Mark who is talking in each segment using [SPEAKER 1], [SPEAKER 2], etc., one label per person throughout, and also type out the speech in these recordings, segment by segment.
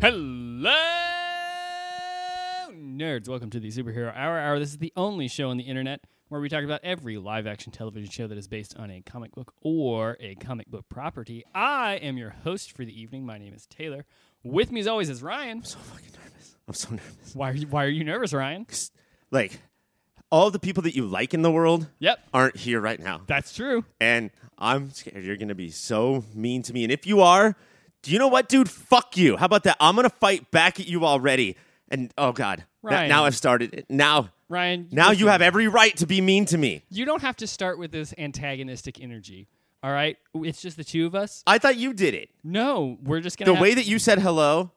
[SPEAKER 1] Hello, nerds. Welcome to the Superhero Hour Hour. This is the only show on the internet where we talk about every live action television show that is based on a comic book or a comic book property. I am your host for the evening. My name is Taylor. With me, as always, is Ryan.
[SPEAKER 2] I'm so nervous.
[SPEAKER 1] Why are you, why are you nervous, Ryan?
[SPEAKER 2] Like, all the people that you like in the world
[SPEAKER 1] Yep,
[SPEAKER 2] aren't here right now.
[SPEAKER 1] that's true.
[SPEAKER 2] And I'm scared you're going to be so mean to me. And if you are, do you know what, dude? Fuck you. How about that? I'm going to fight back at you already. And oh, God. Now-
[SPEAKER 1] Ryan.
[SPEAKER 2] now I've started it. Now.
[SPEAKER 1] Ryan,
[SPEAKER 2] Now you
[SPEAKER 1] listen,
[SPEAKER 2] have every right to be mean to me.
[SPEAKER 1] You don't have to start with this antagonistic energy. All right, it's just the two of us.
[SPEAKER 2] I thought you did it.
[SPEAKER 1] No, we're just gonna
[SPEAKER 2] The
[SPEAKER 1] have-
[SPEAKER 2] way that you said hello,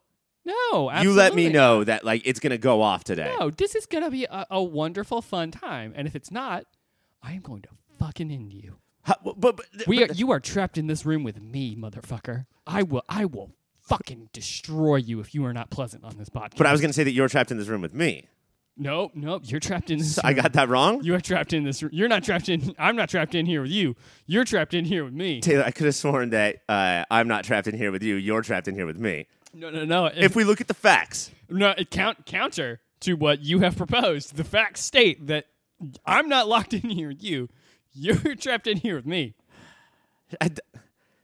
[SPEAKER 1] No, absolutely.
[SPEAKER 2] you let me know that like it's gonna go off today.
[SPEAKER 1] No, this is gonna be a, a wonderful, fun time. And if it's not, I am going to fucking end you.
[SPEAKER 2] How- but, but,
[SPEAKER 1] We are, you are trapped in this room with me, motherfucker. I will, I will fucking destroy you if you are not pleasant on this podcast.
[SPEAKER 2] but I was gonna say that you're trapped in this room with me.
[SPEAKER 1] nope, nope. You're trapped in this.
[SPEAKER 2] So I got that wrong.
[SPEAKER 1] You are trapped in this. room. You're not trapped in. I'm not trapped in here with you. You're trapped in here with me.
[SPEAKER 2] Taylor, I could have sworn that uh, I'm not trapped in here with you. You're trapped in here with me.
[SPEAKER 1] No, no, no. If,
[SPEAKER 2] If we look at the facts,
[SPEAKER 1] no, it count counter to what you have proposed. The facts state that I'm not locked in here with you. You're trapped in here with me.
[SPEAKER 2] I d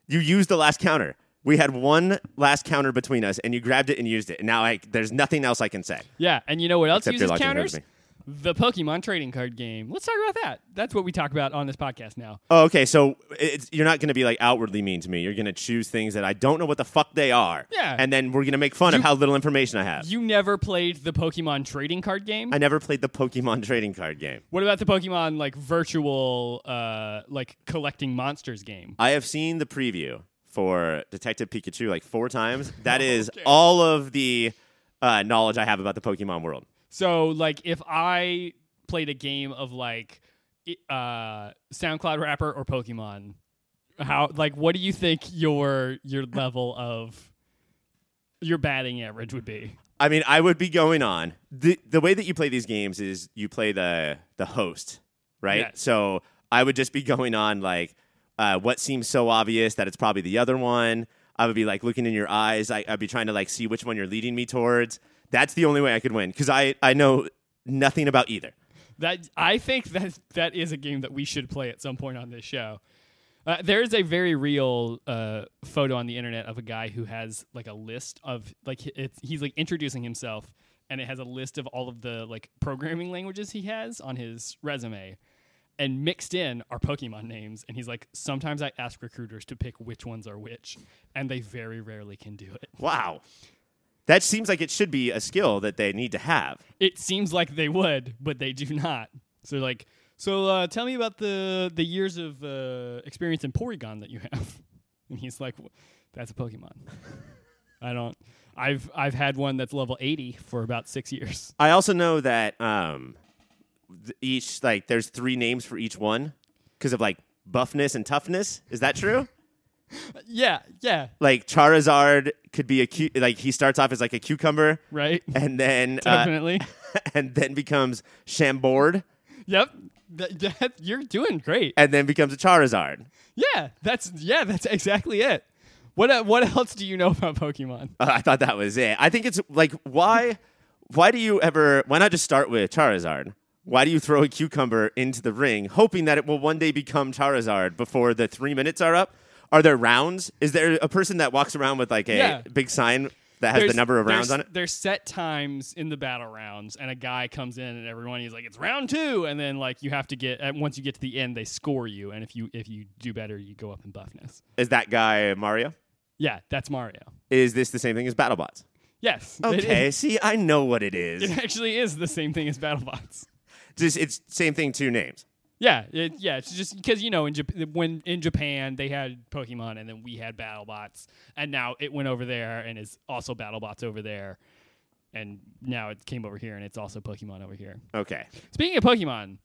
[SPEAKER 2] you used the last counter. We had one last counter between us, and you grabbed it and used it. And now I, there's nothing else I can say.
[SPEAKER 1] Yeah, and you know what else
[SPEAKER 2] Except you're
[SPEAKER 1] uses
[SPEAKER 2] locking
[SPEAKER 1] counters?
[SPEAKER 2] hands
[SPEAKER 1] The Pokemon trading card game. Let's talk about that. That's what we talk about on this podcast now.
[SPEAKER 2] Oh, okay. So it's, you're not going to be like outwardly mean to me. You're going to choose things that I don't know what the fuck they are.
[SPEAKER 1] Yeah.
[SPEAKER 2] And then we're going to make fun of how little information I have.
[SPEAKER 1] You never played the Pokemon trading card game?
[SPEAKER 2] I never played the Pokemon trading card game.
[SPEAKER 1] what about the Pokemon like virtual uh like collecting monsters game?
[SPEAKER 2] I have seen the preview for Detective Pikachu like four times. That is all of the uh, knowledge I have about the Pokemon world.
[SPEAKER 1] So like if I played a game of like i- uh SoundCloud rapper or Pokemon, how like what do you think your your level of your batting average would be?
[SPEAKER 2] I mean, I would be going on. The the way that you play these games is you play the the host, right?
[SPEAKER 1] Yes.
[SPEAKER 2] So I would just be going on like uh, what seems so obvious that it's probably the other one. I would be like looking in your eyes. I, I'd be trying to like see which one you're leading me towards. That's the only way I could win because I I know nothing about either.
[SPEAKER 1] That I think that that is a game that we should play at some point on this show. Uh, there is a very real uh, photo on the internet of a guy who has like a list of like hi- it's, he's like introducing himself, and it has a list of all of the like programming languages he has on his resume, and mixed in are Pokemon names. And he's like, sometimes I ask recruiters to pick which ones are which, and they very rarely can do it.
[SPEAKER 2] Wow, that seems like it should be a skill that they need to have.
[SPEAKER 1] it seems like they would, but they do not. So like, so uh, tell me about the the years of uh, experience in Porygon that you have. And he's like, "Wh- that's a Pokemon. I don't. I've I've had one that's level eighty for about six years.
[SPEAKER 2] I also know that um, th- each like there's three names for each one because of like buffness and toughness. Is that true?
[SPEAKER 1] Yeah, yeah,
[SPEAKER 2] like Charizard could be a cu- like he starts off as like a cucumber
[SPEAKER 1] right.
[SPEAKER 2] and then uh,
[SPEAKER 1] Definitely.
[SPEAKER 2] and then becomes Chambord
[SPEAKER 1] yep. That, that, you're doing great.
[SPEAKER 2] and then becomes a Charizard.
[SPEAKER 1] Yeah, that's yeah, that's exactly it. What uh, what else do you know about Pokemon?
[SPEAKER 2] Uh, I thought that was it. I think it's like why why do you ever why not just start with Charizard? Why do you throw a cucumber into the ring hoping that it will one day become Charizard before the 3 minutes are up? Are there rounds? Is there a person that walks around with like a
[SPEAKER 1] Yeah.
[SPEAKER 2] big sign that has the number of rounds
[SPEAKER 1] there's-
[SPEAKER 2] on it?
[SPEAKER 1] There's set times in the battle rounds, and a guy comes in, and everyone he's like, "It's round two. and then like you have to get. And once you get to the end, they score you, and if you if you do better, you go up in buffness.
[SPEAKER 2] Is that guy Mario?
[SPEAKER 1] Yeah, that's Mario.
[SPEAKER 2] Is this the same thing as BattleBots?
[SPEAKER 1] Yes. it
[SPEAKER 2] Okay,
[SPEAKER 1] is-
[SPEAKER 2] see, I know what it is.
[SPEAKER 1] It, actually is the same thing as BattleBots.
[SPEAKER 2] Just it's same thing, two names.
[SPEAKER 1] Yeah, it, yeah. It's just because you know in Jap- when in Japan they had Pokemon, and then we had BattleBots, and now it went over there and is also BattleBots over there. And now it came over here, and it's also Pokemon over here.
[SPEAKER 2] Okay.
[SPEAKER 1] Speaking of Pokemon,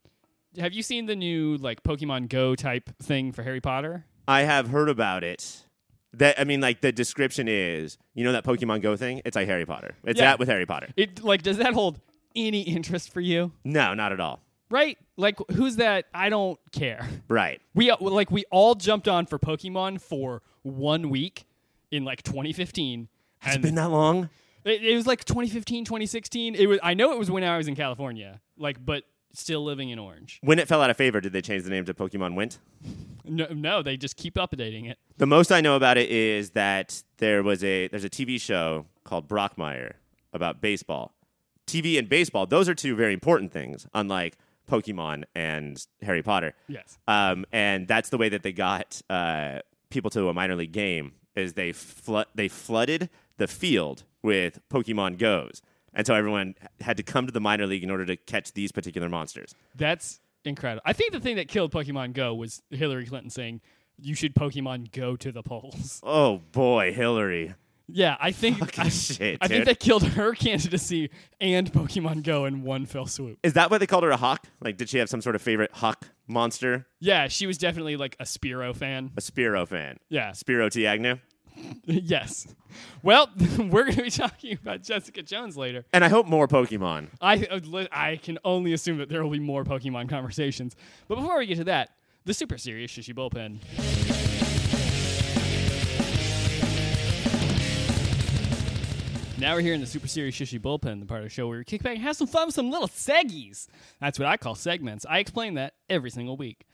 [SPEAKER 1] have you seen the new like Pokemon Go type thing for Harry Potter?
[SPEAKER 2] I have heard about it. That I mean, like the description is, you know, that Pokemon Go thing. It's like Harry Potter. It's
[SPEAKER 1] Yeah.
[SPEAKER 2] that with Harry Potter.
[SPEAKER 1] It like does that hold any interest for you?
[SPEAKER 2] No, not at all.
[SPEAKER 1] Right? Like who's that? I don't care.
[SPEAKER 2] Right.
[SPEAKER 1] We uh, like we all jumped on for Pokemon for one week in like 2015.
[SPEAKER 2] Has
[SPEAKER 1] and
[SPEAKER 2] it been that long?
[SPEAKER 1] It, it was like 2015, 2016. It was. I know it was when I was in California, like, but still living in Orange.
[SPEAKER 2] When it fell out of favor, did they change the name to Pokemon Wint?
[SPEAKER 1] No, no, they just keep updating it.
[SPEAKER 2] The most I know about it is that there was a there's a TV show called Brockmire about baseball. TV and baseball, those are two very important things, unlike Pokemon and Harry Potter.
[SPEAKER 1] Yes.
[SPEAKER 2] Um, and that's the way that they got uh, people to a minor league game is they flo- they flooded the field with Pokemon Goes, and so everyone had to come to the minor league in order to catch these particular monsters.
[SPEAKER 1] That's incredible. I think the thing that killed Pokemon Go was Hillary Clinton saying you should Pokemon Go to the polls.
[SPEAKER 2] Oh boy, Hillary!
[SPEAKER 1] yeah, I think
[SPEAKER 2] Fucking
[SPEAKER 1] I,
[SPEAKER 2] shit,
[SPEAKER 1] I
[SPEAKER 2] dude.
[SPEAKER 1] think that killed her candidacy and Pokemon Go in one fell swoop.
[SPEAKER 2] Is that why they called her a hawk? Like, did she have some sort of favorite hawk monster?
[SPEAKER 1] Yeah, she was definitely like a Spiro fan.
[SPEAKER 2] A Spiro fan.
[SPEAKER 1] Yeah.
[SPEAKER 2] Spiro T. Agnew.
[SPEAKER 1] yes. Well, we're going to be talking about Jessica Jones later.
[SPEAKER 2] And I hope more Pokemon.
[SPEAKER 1] I uh, li- I can only assume that there will be more Pokemon conversations. But before we get to that, the super serious Shishi bullpen. Now we're here in the Super Series Shishi Bullpen, the part of the show where we kick back and have some fun with some little seggies. That's what I call segments. I explain that every single week.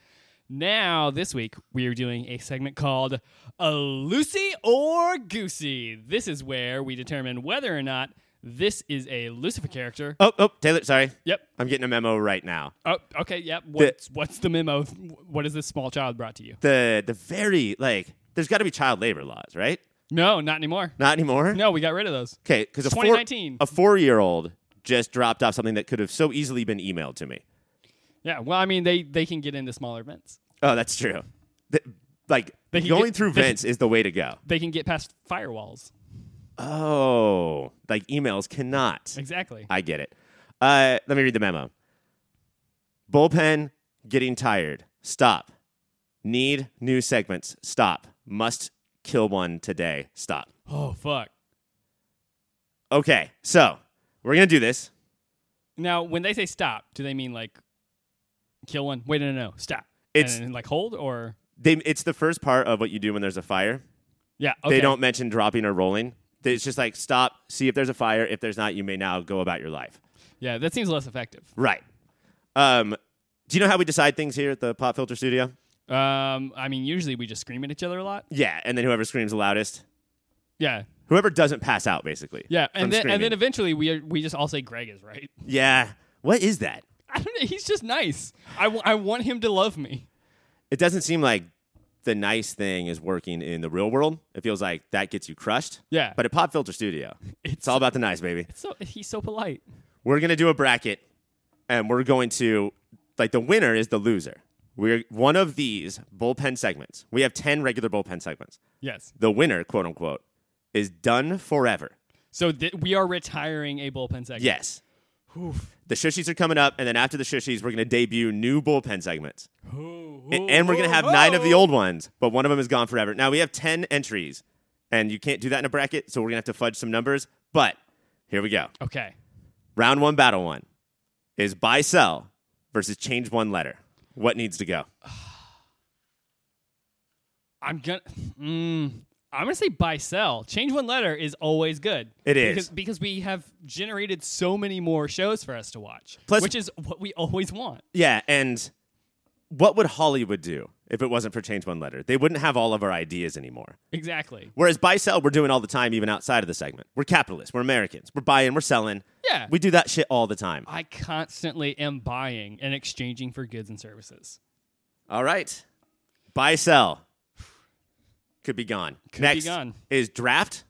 [SPEAKER 1] Now, this week, we are doing a segment called a Lucy or Goosey. This is where we determine whether or not this is a Lucifer character
[SPEAKER 2] Oh, oh, Taylor, sorry.
[SPEAKER 1] Yep.
[SPEAKER 2] I'm getting a memo right now.
[SPEAKER 1] Oh, okay. Yep. What's what's the memo? What has this small child brought to you?
[SPEAKER 2] The the very like there's got to be child labor laws, right?
[SPEAKER 1] No, not anymore.
[SPEAKER 2] Not anymore.
[SPEAKER 1] No, we got rid of those.
[SPEAKER 2] Okay, because a
[SPEAKER 1] 2019.
[SPEAKER 2] four, a four-year-old just dropped off something that could have so easily been emailed to me.
[SPEAKER 1] Yeah. Well, I mean, they they can get into smaller events.
[SPEAKER 2] Oh, that's true. Th- like
[SPEAKER 1] They can
[SPEAKER 2] going
[SPEAKER 1] get-
[SPEAKER 2] through
[SPEAKER 1] they can-
[SPEAKER 2] vents is the way to go.
[SPEAKER 1] They can get past firewalls.
[SPEAKER 2] Oh, like emails cannot.
[SPEAKER 1] Exactly.
[SPEAKER 2] I get it. Uh, let me read the memo. Bullpen getting tired. Stop. Need new segments. Stop. Must kill one today. Stop.
[SPEAKER 1] Oh fuck.
[SPEAKER 2] Okay, so we're gonna do this.
[SPEAKER 1] Now, when they say stop, do they mean like kill one? Wait, no, no, no. Stop.
[SPEAKER 2] It's-
[SPEAKER 1] and, then, like hold or
[SPEAKER 2] They, it's the first part of what you do when there's a fire.
[SPEAKER 1] yeah. Okay.
[SPEAKER 2] They don't mention dropping or rolling. They- It's just like stop, see if there's a fire. If there's not, you may now go about your life.
[SPEAKER 1] Yeah, that seems less effective.
[SPEAKER 2] Right. Um, do you know how we decide things here at the Pop Filter Studio?
[SPEAKER 1] Um, I mean, usually we just scream at each other a lot.
[SPEAKER 2] Yeah, and then whoever screams the loudest,
[SPEAKER 1] Yeah.
[SPEAKER 2] whoever doesn't pass out, basically.
[SPEAKER 1] Yeah,
[SPEAKER 2] from
[SPEAKER 1] and then
[SPEAKER 2] screaming.
[SPEAKER 1] and then eventually we are, we just all say Greg is right.
[SPEAKER 2] yeah. What is that?
[SPEAKER 1] I don't know. He's just nice. I, w- I want him to love me.
[SPEAKER 2] It doesn't seem like the nice thing is working in the real world. It feels like that gets you crushed.
[SPEAKER 1] Yeah.
[SPEAKER 2] But at Pop Filter Studio, it's all about the nice, baby.
[SPEAKER 1] So he's so polite.
[SPEAKER 2] we're gonna do a bracket and we're going to like the winner is the loser we're one of these bullpen segments we have 10 regular bullpen segments
[SPEAKER 1] Yes.
[SPEAKER 2] the winner quote unquote is done forever
[SPEAKER 1] So th- we are retiring a bullpen segment.
[SPEAKER 2] yes
[SPEAKER 1] Oof.
[SPEAKER 2] the shushies are coming up and then after the shushies we're gonna debut new bullpen segments
[SPEAKER 1] Ooh,
[SPEAKER 2] A-
[SPEAKER 1] ooh,
[SPEAKER 2] and we're gonna
[SPEAKER 1] ooh,
[SPEAKER 2] have nine of the
[SPEAKER 1] ooh.
[SPEAKER 2] old ones but one of them is gone forever now we have 10 entries and you can't do that in a bracket so we're gonna have to fudge some numbers but here we go
[SPEAKER 1] Okay.
[SPEAKER 2] round one battle one is buy sell versus change one letter what needs to go
[SPEAKER 1] I'm gonna. Mm, I'm gonna say buy sell. Change one letter is always good.
[SPEAKER 2] It is.
[SPEAKER 1] because, because we have generated so many more shows for us to watch,
[SPEAKER 2] Plus-
[SPEAKER 1] which is what we always want.
[SPEAKER 2] Yeah, and what would Hollywood do if it wasn't for Change One Letter? They wouldn't have all of our ideas anymore.
[SPEAKER 1] Exactly.
[SPEAKER 2] Whereas buy sell, we're doing all the time, even outside of the segment. We're capitalists. We're Americans. We're buying. We're selling.
[SPEAKER 1] Yeah.
[SPEAKER 2] we do that shit all the time.
[SPEAKER 1] I constantly am buying and exchanging for goods and services.
[SPEAKER 2] All right, buy sell could be gone.
[SPEAKER 1] Could be
[SPEAKER 2] Next
[SPEAKER 1] gone.
[SPEAKER 2] is draft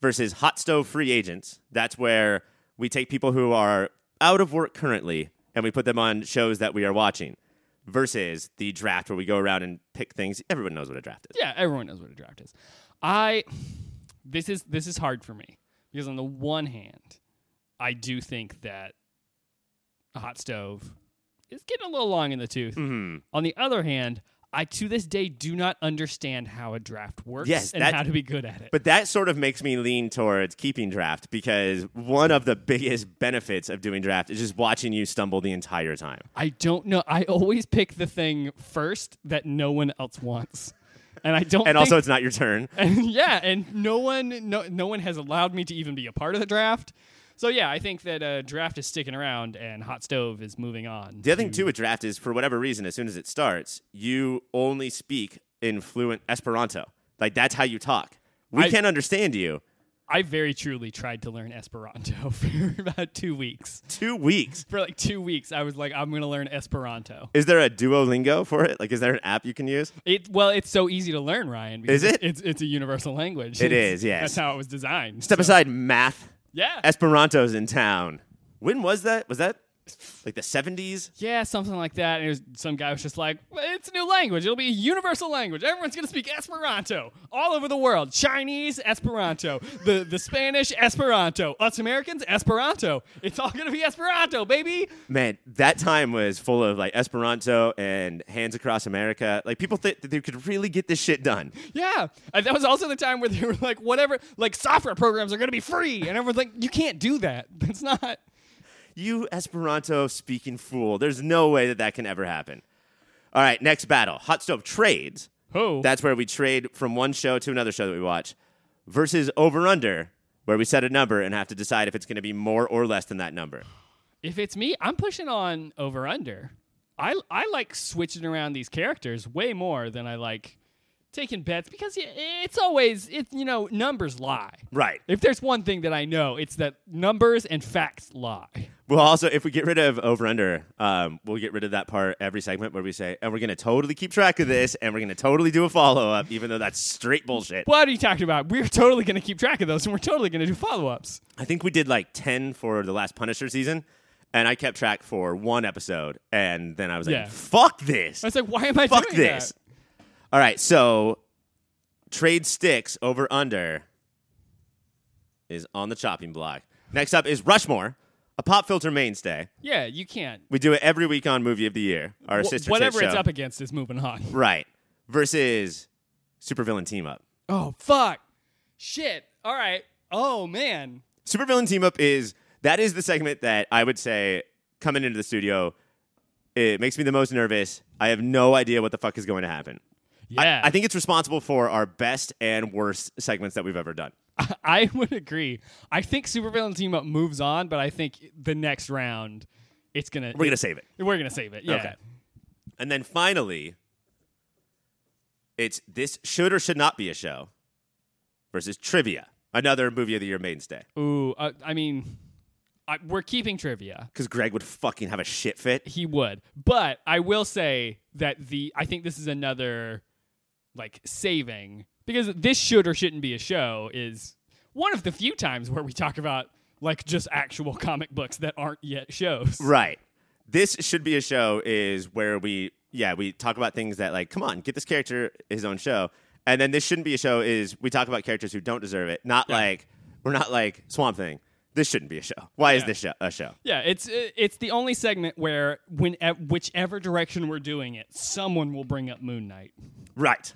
[SPEAKER 2] versus hot stove free agents. That's where we take people who are out of work currently and we put them on shows that we are watching. Versus the draft, where we go around and pick things. Everyone knows what a draft is.
[SPEAKER 1] Yeah, everyone knows what a draft is. I this is this is hard for me because on the one hand, I do think that a hot stove is getting a little long in the tooth.
[SPEAKER 2] Mm-hmm.
[SPEAKER 1] On the other hand, I to this day do not understand how a draft works
[SPEAKER 2] Yes,
[SPEAKER 1] and
[SPEAKER 2] that-
[SPEAKER 1] how to be good at it.
[SPEAKER 2] But that sort of makes me lean towards keeping draft because one of the biggest benefits of doing draft is just watching you stumble the entire time.
[SPEAKER 1] I don't know. I always pick the thing first that no one else wants. and I don't.
[SPEAKER 2] And
[SPEAKER 1] think-
[SPEAKER 2] also, it's not your turn.
[SPEAKER 1] and yeah, and no one, no, no one has allowed me to even be a part of the draft. So yeah, I think that uh, draft is sticking around, and hot stove is moving on.
[SPEAKER 2] The other thing too with draft is, for whatever reason, as soon as it starts, you only speak in fluent Esperanto. Like that's how you talk. We
[SPEAKER 1] I-
[SPEAKER 2] can't understand you.
[SPEAKER 1] I very truly tried to learn Esperanto for about two weeks.
[SPEAKER 2] Two weeks.
[SPEAKER 1] For like two weeks, I was like, I'm gonna learn Esperanto.
[SPEAKER 2] Is there a Duolingo for it? Like, is there an app you can use?
[SPEAKER 1] It well, it's so easy to learn, Ryan. because
[SPEAKER 2] Is it?
[SPEAKER 1] It's it's a universal language.
[SPEAKER 2] It
[SPEAKER 1] It's-
[SPEAKER 2] is, yes.
[SPEAKER 1] That's how it was designed.
[SPEAKER 2] Step
[SPEAKER 1] so-
[SPEAKER 2] aside, math.
[SPEAKER 1] Yeah.
[SPEAKER 2] Esperanto's in town. When was that? Was that like the seventies?
[SPEAKER 1] yeah, something like that. And it was, some guy was just like, "Well, "It's a new language. It'll be a universal language. Everyone's gonna speak Esperanto all over the world. Chinese Esperanto, the the Spanish Esperanto, us Americans Esperanto. It's all gonna be Esperanto, baby."
[SPEAKER 2] Man, that time was full of like Esperanto and Hands Across America. Like people think that they could really get this shit done.
[SPEAKER 1] Yeah, Uh, that was also the time where they were like, "Whatever, like software programs are gonna be free," and everyone's like, "You can't do that. That's not."
[SPEAKER 2] You Esperanto speaking fool. There's no way that that can ever happen. All right, next battle. Hot stove trades.
[SPEAKER 1] Oh,
[SPEAKER 2] That's where we trade from one show to another show that we watch versus over under where we set a number and have to decide if it's going to be more or less than that number.
[SPEAKER 1] If it's me, I'm pushing on over under. I I like switching around these characters way more than I like taking bets because i- it's always it's you know numbers lie.
[SPEAKER 2] Right.
[SPEAKER 1] If there's one thing that I know, it's that numbers and facts lie.
[SPEAKER 2] Well, also, if we get rid of over under, um, we'll get rid of that part every segment where we say, and we're going to totally keep track of this, and we're going to totally do a follow up, even though that's straight bullshit.
[SPEAKER 1] What are you talking about? We're totally going to keep track of those, and we're totally going to do follow ups.
[SPEAKER 2] I think we did like 10 for the last Punisher season, and I kept track for one episode, and then I was
[SPEAKER 1] Yeah.
[SPEAKER 2] like, fuck this.
[SPEAKER 1] I was like, why am I
[SPEAKER 2] fuck
[SPEAKER 1] doing
[SPEAKER 2] this.
[SPEAKER 1] that?
[SPEAKER 2] All right, so trade sticks over under is on the chopping block. Next up is Rushmore, a pop filter mainstay.
[SPEAKER 1] Yeah, you can't.
[SPEAKER 2] We do it every week on Movie of the Year, our
[SPEAKER 1] Wh-
[SPEAKER 2] sister
[SPEAKER 1] whatever
[SPEAKER 2] shit
[SPEAKER 1] it's
[SPEAKER 2] show.
[SPEAKER 1] up against is moving on.
[SPEAKER 2] Right. Versus Supervillain Team Up.
[SPEAKER 1] Oh fuck, shit. All right. Oh man.
[SPEAKER 2] Supervillain Team Up is that is the segment that I would say coming into the studio it makes me the most nervous. I have no idea what the fuck is going to happen. I-
[SPEAKER 1] Yeah.
[SPEAKER 2] I think it's responsible for our best and worst segments that we've ever done.
[SPEAKER 1] I would agree. I think Supervillain Team Up moves on, but I think the next round, it's gonna
[SPEAKER 2] We're going to save it.
[SPEAKER 1] we're gonna save it. Yeah,
[SPEAKER 2] Okay. And then finally, it's this should or should not be a show versus trivia, another movie of the year mainstay.
[SPEAKER 1] Ooh, uh, I mean, I, we're keeping trivia.
[SPEAKER 2] Because Greg would fucking have a shit fit.
[SPEAKER 1] He would, but I will say that the I think this is another like saving because this should or shouldn't be a show is one of the few times where we talk about like just actual comic books that aren't yet shows.
[SPEAKER 2] Right. This should be a show is where we yeah, we talk about things that like, come on, get this character his own show. And then this shouldn't be a show is we talk about characters who don't deserve it. Not like we're not like Swamp Thing. This shouldn't be a show. Why is
[SPEAKER 1] Yeah.
[SPEAKER 2] this show a show?
[SPEAKER 1] Yeah, it's uh, it's the only segment where when whichever direction we're doing it, someone will bring up Moon Knight.
[SPEAKER 2] Right.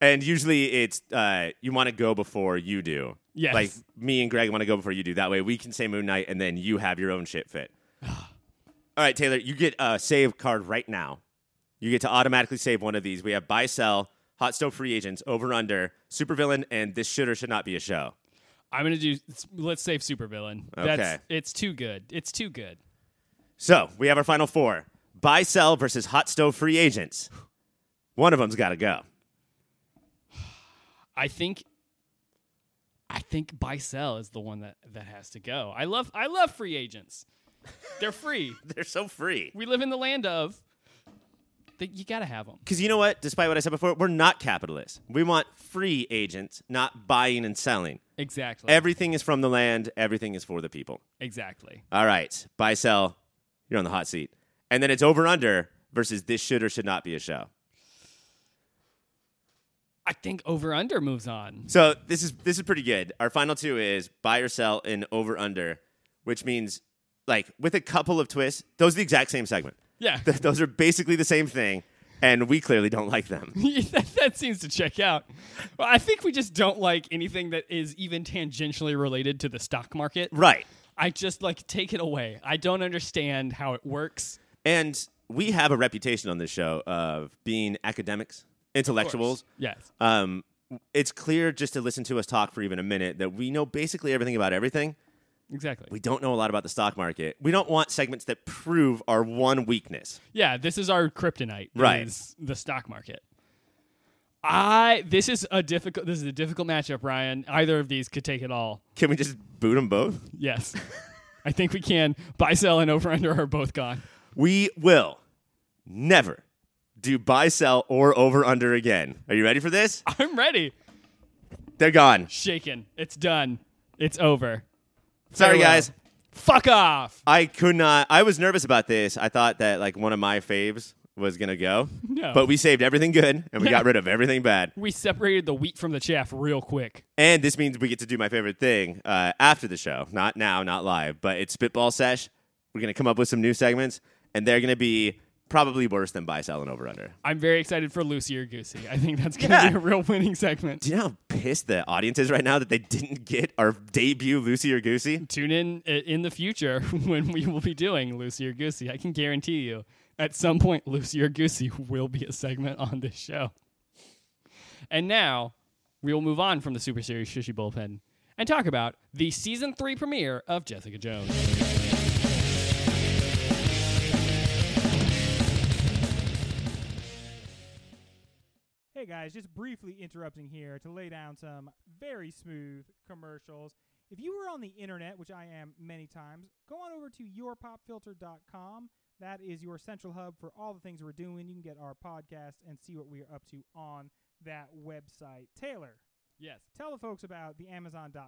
[SPEAKER 2] And usually it's uh, you want to go before you do.
[SPEAKER 1] Yes.
[SPEAKER 2] Like me and Greg want to go before you do. That way we can say Moon Knight and then you have your own shit fit. All right, Taylor, you get a save card right now. You get to automatically save one of these. We have buy, sell, hot stove free agents, over under, supervillain, and this should or should not be a show.
[SPEAKER 1] I'm gonna do. Let's save supervillain. That's it's too good. It's too good.
[SPEAKER 2] So we have our final four buy, sell versus hot stove free agents. One of them's got to go.
[SPEAKER 1] I think. I think buy sell is the one that that has to go. I love I love free agents. They're free.
[SPEAKER 2] They're so free.
[SPEAKER 1] we live in the land of. That you gotta have them.
[SPEAKER 2] Because you know what? Despite what I said before, we're not capitalists. We want free agents, not buying and selling.
[SPEAKER 1] Exactly.
[SPEAKER 2] Everything is from the land, everything is for the people.
[SPEAKER 1] exactly.
[SPEAKER 2] All right, buy, sell, you're on the hot seat. And then it's over under versus this should or should not be a show.
[SPEAKER 1] I think over under moves on.
[SPEAKER 2] So this is this is pretty good. Our final two is buy or sell and over under, which means like with a couple of twists, those are the exact same segment.
[SPEAKER 1] Yeah.
[SPEAKER 2] Th- those are basically the same thing, and we clearly don't like them.
[SPEAKER 1] that, that seems to check out. Well, I think we just don't like anything that is even tangentially related to the stock market.
[SPEAKER 2] Right.
[SPEAKER 1] I just like take it away. I don't understand how it works.
[SPEAKER 2] And we have a reputation on this show of being academics intellectuals.
[SPEAKER 1] Yes.
[SPEAKER 2] Um, it's clear just to listen to us talk for even a minute that we know basically everything about everything.
[SPEAKER 1] Exactly.
[SPEAKER 2] We don't know a lot about the stock market. We don't want segments that prove our one weakness.
[SPEAKER 1] Yeah, this is our kryptonite.
[SPEAKER 2] Right.
[SPEAKER 1] is the stock market. I this is a difficult this is a difficult matchup, Ryan. Either of these could take it all.
[SPEAKER 2] Can we just boot them both?
[SPEAKER 1] Yes. I think we can. Buy sell and over under are both gone.
[SPEAKER 2] We will never do buy, sell, or over under again. Are you ready for this?
[SPEAKER 1] I'm ready.
[SPEAKER 2] They're gone.
[SPEAKER 1] Shaken. It's done. It's over.
[SPEAKER 2] Sorry,
[SPEAKER 1] Farewell.
[SPEAKER 2] guys.
[SPEAKER 1] Fuck off.
[SPEAKER 2] I could not. I was nervous about this. I thought that like one of my faves was gonna go,
[SPEAKER 1] No.
[SPEAKER 2] but we saved everything good and we
[SPEAKER 1] Yeah.
[SPEAKER 2] got rid of everything bad.
[SPEAKER 1] We separated the wheat from the chaff real quick.
[SPEAKER 2] And this means we get to do my favorite thing uh, after the show. Not now, not live, but it's spitball sesh. We're gonna come up with some new segments, and they're gonna be probably worse than buy, sell, and over under.
[SPEAKER 1] I'm very excited for Lucy or Goosey. I think that's going to
[SPEAKER 2] Yeah.
[SPEAKER 1] be a real winning segment.
[SPEAKER 2] Do you know how pissed the audience is right now that they didn't get our debut Lucy or Goosey?
[SPEAKER 1] Tune in i- in the future when we will be doing Lucy or Goosey. I can guarantee you, at some point, Lucy or Goosey will be a segment on this show. And now we will move on from the Super Series Shishy Bullpen and talk about the season three premiere of Jessica Jones.
[SPEAKER 3] Hey guys, just briefly interrupting here to lay down some very smooth commercials. If you were on the internet, which I am many times, go on over to yourpopfilter.com. That is your central hub for all the things we're doing. You can get our podcast and see what we are up to on that website. Taylor,
[SPEAKER 1] Yes.
[SPEAKER 3] tell the folks about the amazon.com.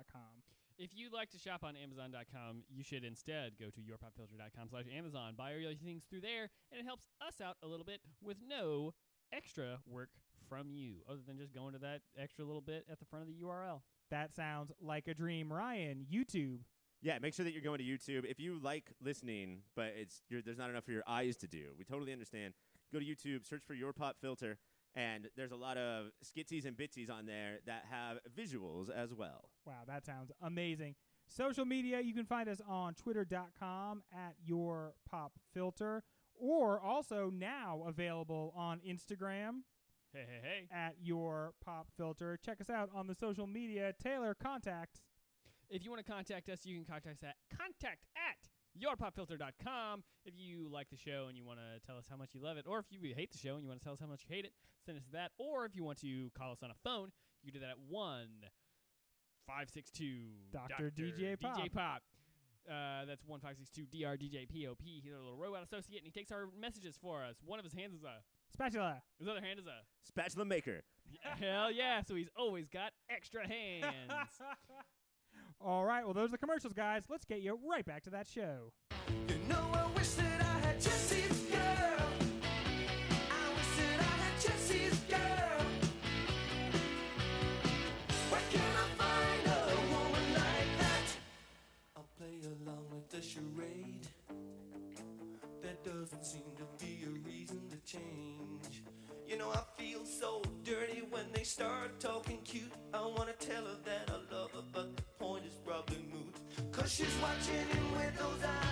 [SPEAKER 1] If you'd like to shop on Amazon.com, you should instead go to yourpopfilter.com slash Amazon. Buy all your things through there, and it helps us out a little bit with no extra work from you, other than just going to that extra little bit at the front of the URL.
[SPEAKER 3] That sounds like a dream. Ryan, YouTube.
[SPEAKER 2] Yeah, make sure that you're going to YouTube. If you like listening, but it's you're, there's not enough for your eyes to do, we totally understand. Go to YouTube, search for Your Pop Filter, and there's a lot of skitsies and bitsies on there that have visuals as well.
[SPEAKER 3] Wow, that sounds amazing. Social media, you can find us on twitter.com at your pop filter or also now available on Instagram
[SPEAKER 1] Hey, hey, hey.
[SPEAKER 3] at your pop filter. Check us out on the social media. Taylor, contact.
[SPEAKER 1] If you want to contact us, you can contact us at contact at yourpopfilter.com. If you like the show and you want to tell us how much you love it, or if you hate the show and you want to tell us how much you hate it, send us that. Or if you want to call us on a phone, you can do that at one five six two
[SPEAKER 3] Dr. DJ
[SPEAKER 1] DJ Pop. Uh, that's one five six two dr DJ pop. He's our little robot associate, and he takes our messages for us. One of his hands is a,
[SPEAKER 3] Spatula.
[SPEAKER 1] his other hand is a.
[SPEAKER 2] Spatula Maker.
[SPEAKER 1] Hell yeah! So he's always got extra hands.
[SPEAKER 3] All right, well, those are the commercials, guys. Let's get you right back to that show.
[SPEAKER 4] You know I wish that I had Jesse's girl. I wish that I had Jesse's girl. Where can I find a woman like that? I'll play along with the charade. There doesn't seem to be a reason to change. You know I feel so dirty when they start talking cute. I wanna tell her that I love her, but the point is probably moot. 'Cause she's watching him with those eyes.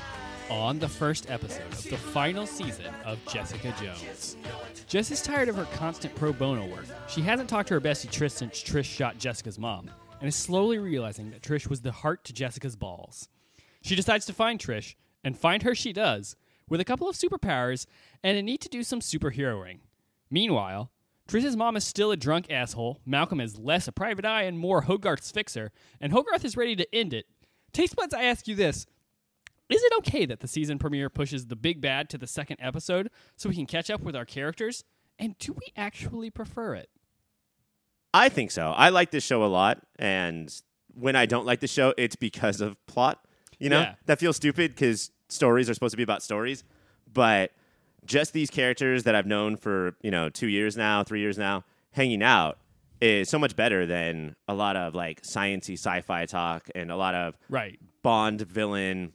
[SPEAKER 1] on the first episode of the final season of Jessica Jones. Jess is tired of her constant pro bono work. She hasn't talked to her bestie Trish since Trish shot Jessica's mom, and is slowly realizing that Trish was the heart to Jessica's balls. She decides to find Trish, and find her she does, with a couple of superpowers and a need to do some superheroing. Meanwhile, Trish's mom is still a drunk asshole, Malcolm is less a private eye and more Hogarth's fixer, and Hogarth is ready to end it. Taste buds, I ask you this is it okay that the season premiere pushes the big bad to the second episode so we can catch up with our characters? And do we actually prefer it?
[SPEAKER 2] I think so. I like this show a lot, and when I don't like the show, it's because of plot. You know,
[SPEAKER 1] Yeah.
[SPEAKER 2] that feels stupid because stories are supposed to be about stories, but just these characters that I've known for you know two years now, three years now, hanging out is so much better than a lot of like sciency sci-fi talk and a lot of
[SPEAKER 1] Right.
[SPEAKER 2] Bond villain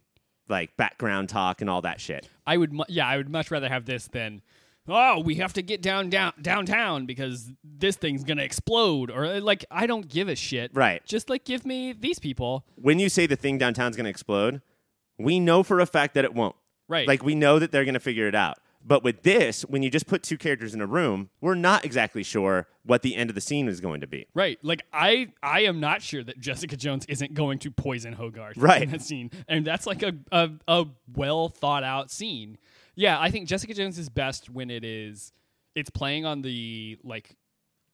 [SPEAKER 2] like background talk and all that shit.
[SPEAKER 1] I would, mu- yeah, I would much rather have this than, oh, we have to get down, down downtown because this thing's gonna explode, or uh, like I don't give a shit.
[SPEAKER 2] Right.
[SPEAKER 1] Just like give me these people.
[SPEAKER 2] When you say the thing downtown's going to explode, we know for a fact that it won't.
[SPEAKER 1] Right.
[SPEAKER 2] Like we know that they're going to figure it out. But with this, when you just put two characters in a room, we're not exactly sure what the end of the scene is going to be.
[SPEAKER 1] Right. Like I I am not sure that Jessica Jones isn't going to poison Hogarth
[SPEAKER 2] Right.
[SPEAKER 1] in that scene. And that's like a, a a well thought out scene. Yeah, I think Jessica Jones is best when it is it's playing on the like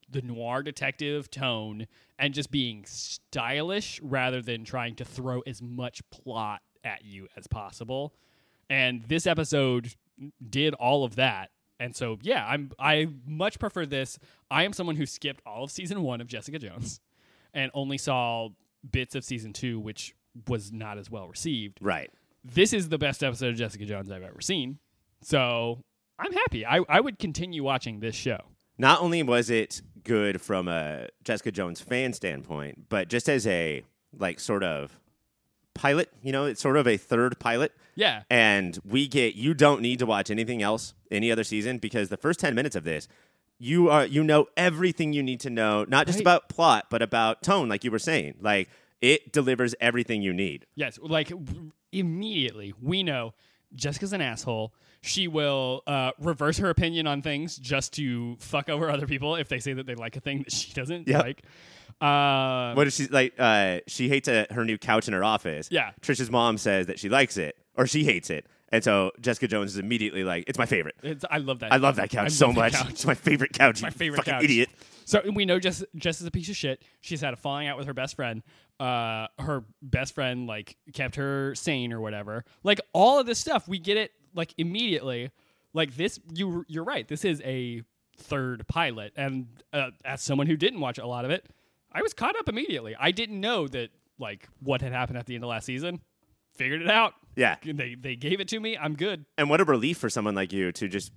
[SPEAKER 1] the noir detective tone and just being stylish rather than trying to throw as much plot at you as possible. And this episode did all of that. And so yeah, I'm I much prefer this. I am someone who skipped all of season 1 of Jessica Jones and only saw bits of season 2 which was not as well received
[SPEAKER 2] Right.
[SPEAKER 1] this is the best episode of Jessica Jones I've ever seen. So I'm happy. I, I would continue watching this show.
[SPEAKER 2] Not only was it good from a Jessica Jones fan standpoint, but just as a like sort of pilot, you know, it's sort of a third pilot.
[SPEAKER 1] Yeah.
[SPEAKER 2] And we get you don't need to watch anything else any other season because the first 10 minutes of this you are you know everything you need to know, not just
[SPEAKER 1] Right.
[SPEAKER 2] about plot, but about tone like you were saying. Like it delivers everything you need.
[SPEAKER 1] Yes. Like w- immediately, we know Jessica's an asshole. She will uh, reverse her opinion on things just to fuck over other people if they say that they like a thing that she doesn't
[SPEAKER 2] Yep.
[SPEAKER 1] like. Uh,
[SPEAKER 2] What if she's like? Uh, she hates a, her new couch in her office.
[SPEAKER 1] Yeah.
[SPEAKER 2] Trisha's mom says that she likes it or she hates it, and so Jessica Jones is immediately like, "It's my favorite.
[SPEAKER 1] it's, I love that.
[SPEAKER 2] I love that couch
[SPEAKER 1] I
[SPEAKER 2] so
[SPEAKER 1] love that
[SPEAKER 2] much.
[SPEAKER 1] couch.
[SPEAKER 2] It's my favorite couch. you
[SPEAKER 1] my favorite
[SPEAKER 2] fucking
[SPEAKER 1] couch.
[SPEAKER 2] idiot."
[SPEAKER 1] So we know Jess Jess is a piece of shit. She's had a falling out with her best friend. Uh, her best friend like kept her sane or whatever. Like all of this stuff, we get it like immediately. Like this, you you're right. This is a third pilot, and uh, as someone who didn't watch a lot of it, I was caught up immediately. I didn't know that like what had happened at the end of last season. Figured it out.
[SPEAKER 2] Yeah.
[SPEAKER 1] They they gave it to me. I'm good.
[SPEAKER 2] And what a relief for someone like you to just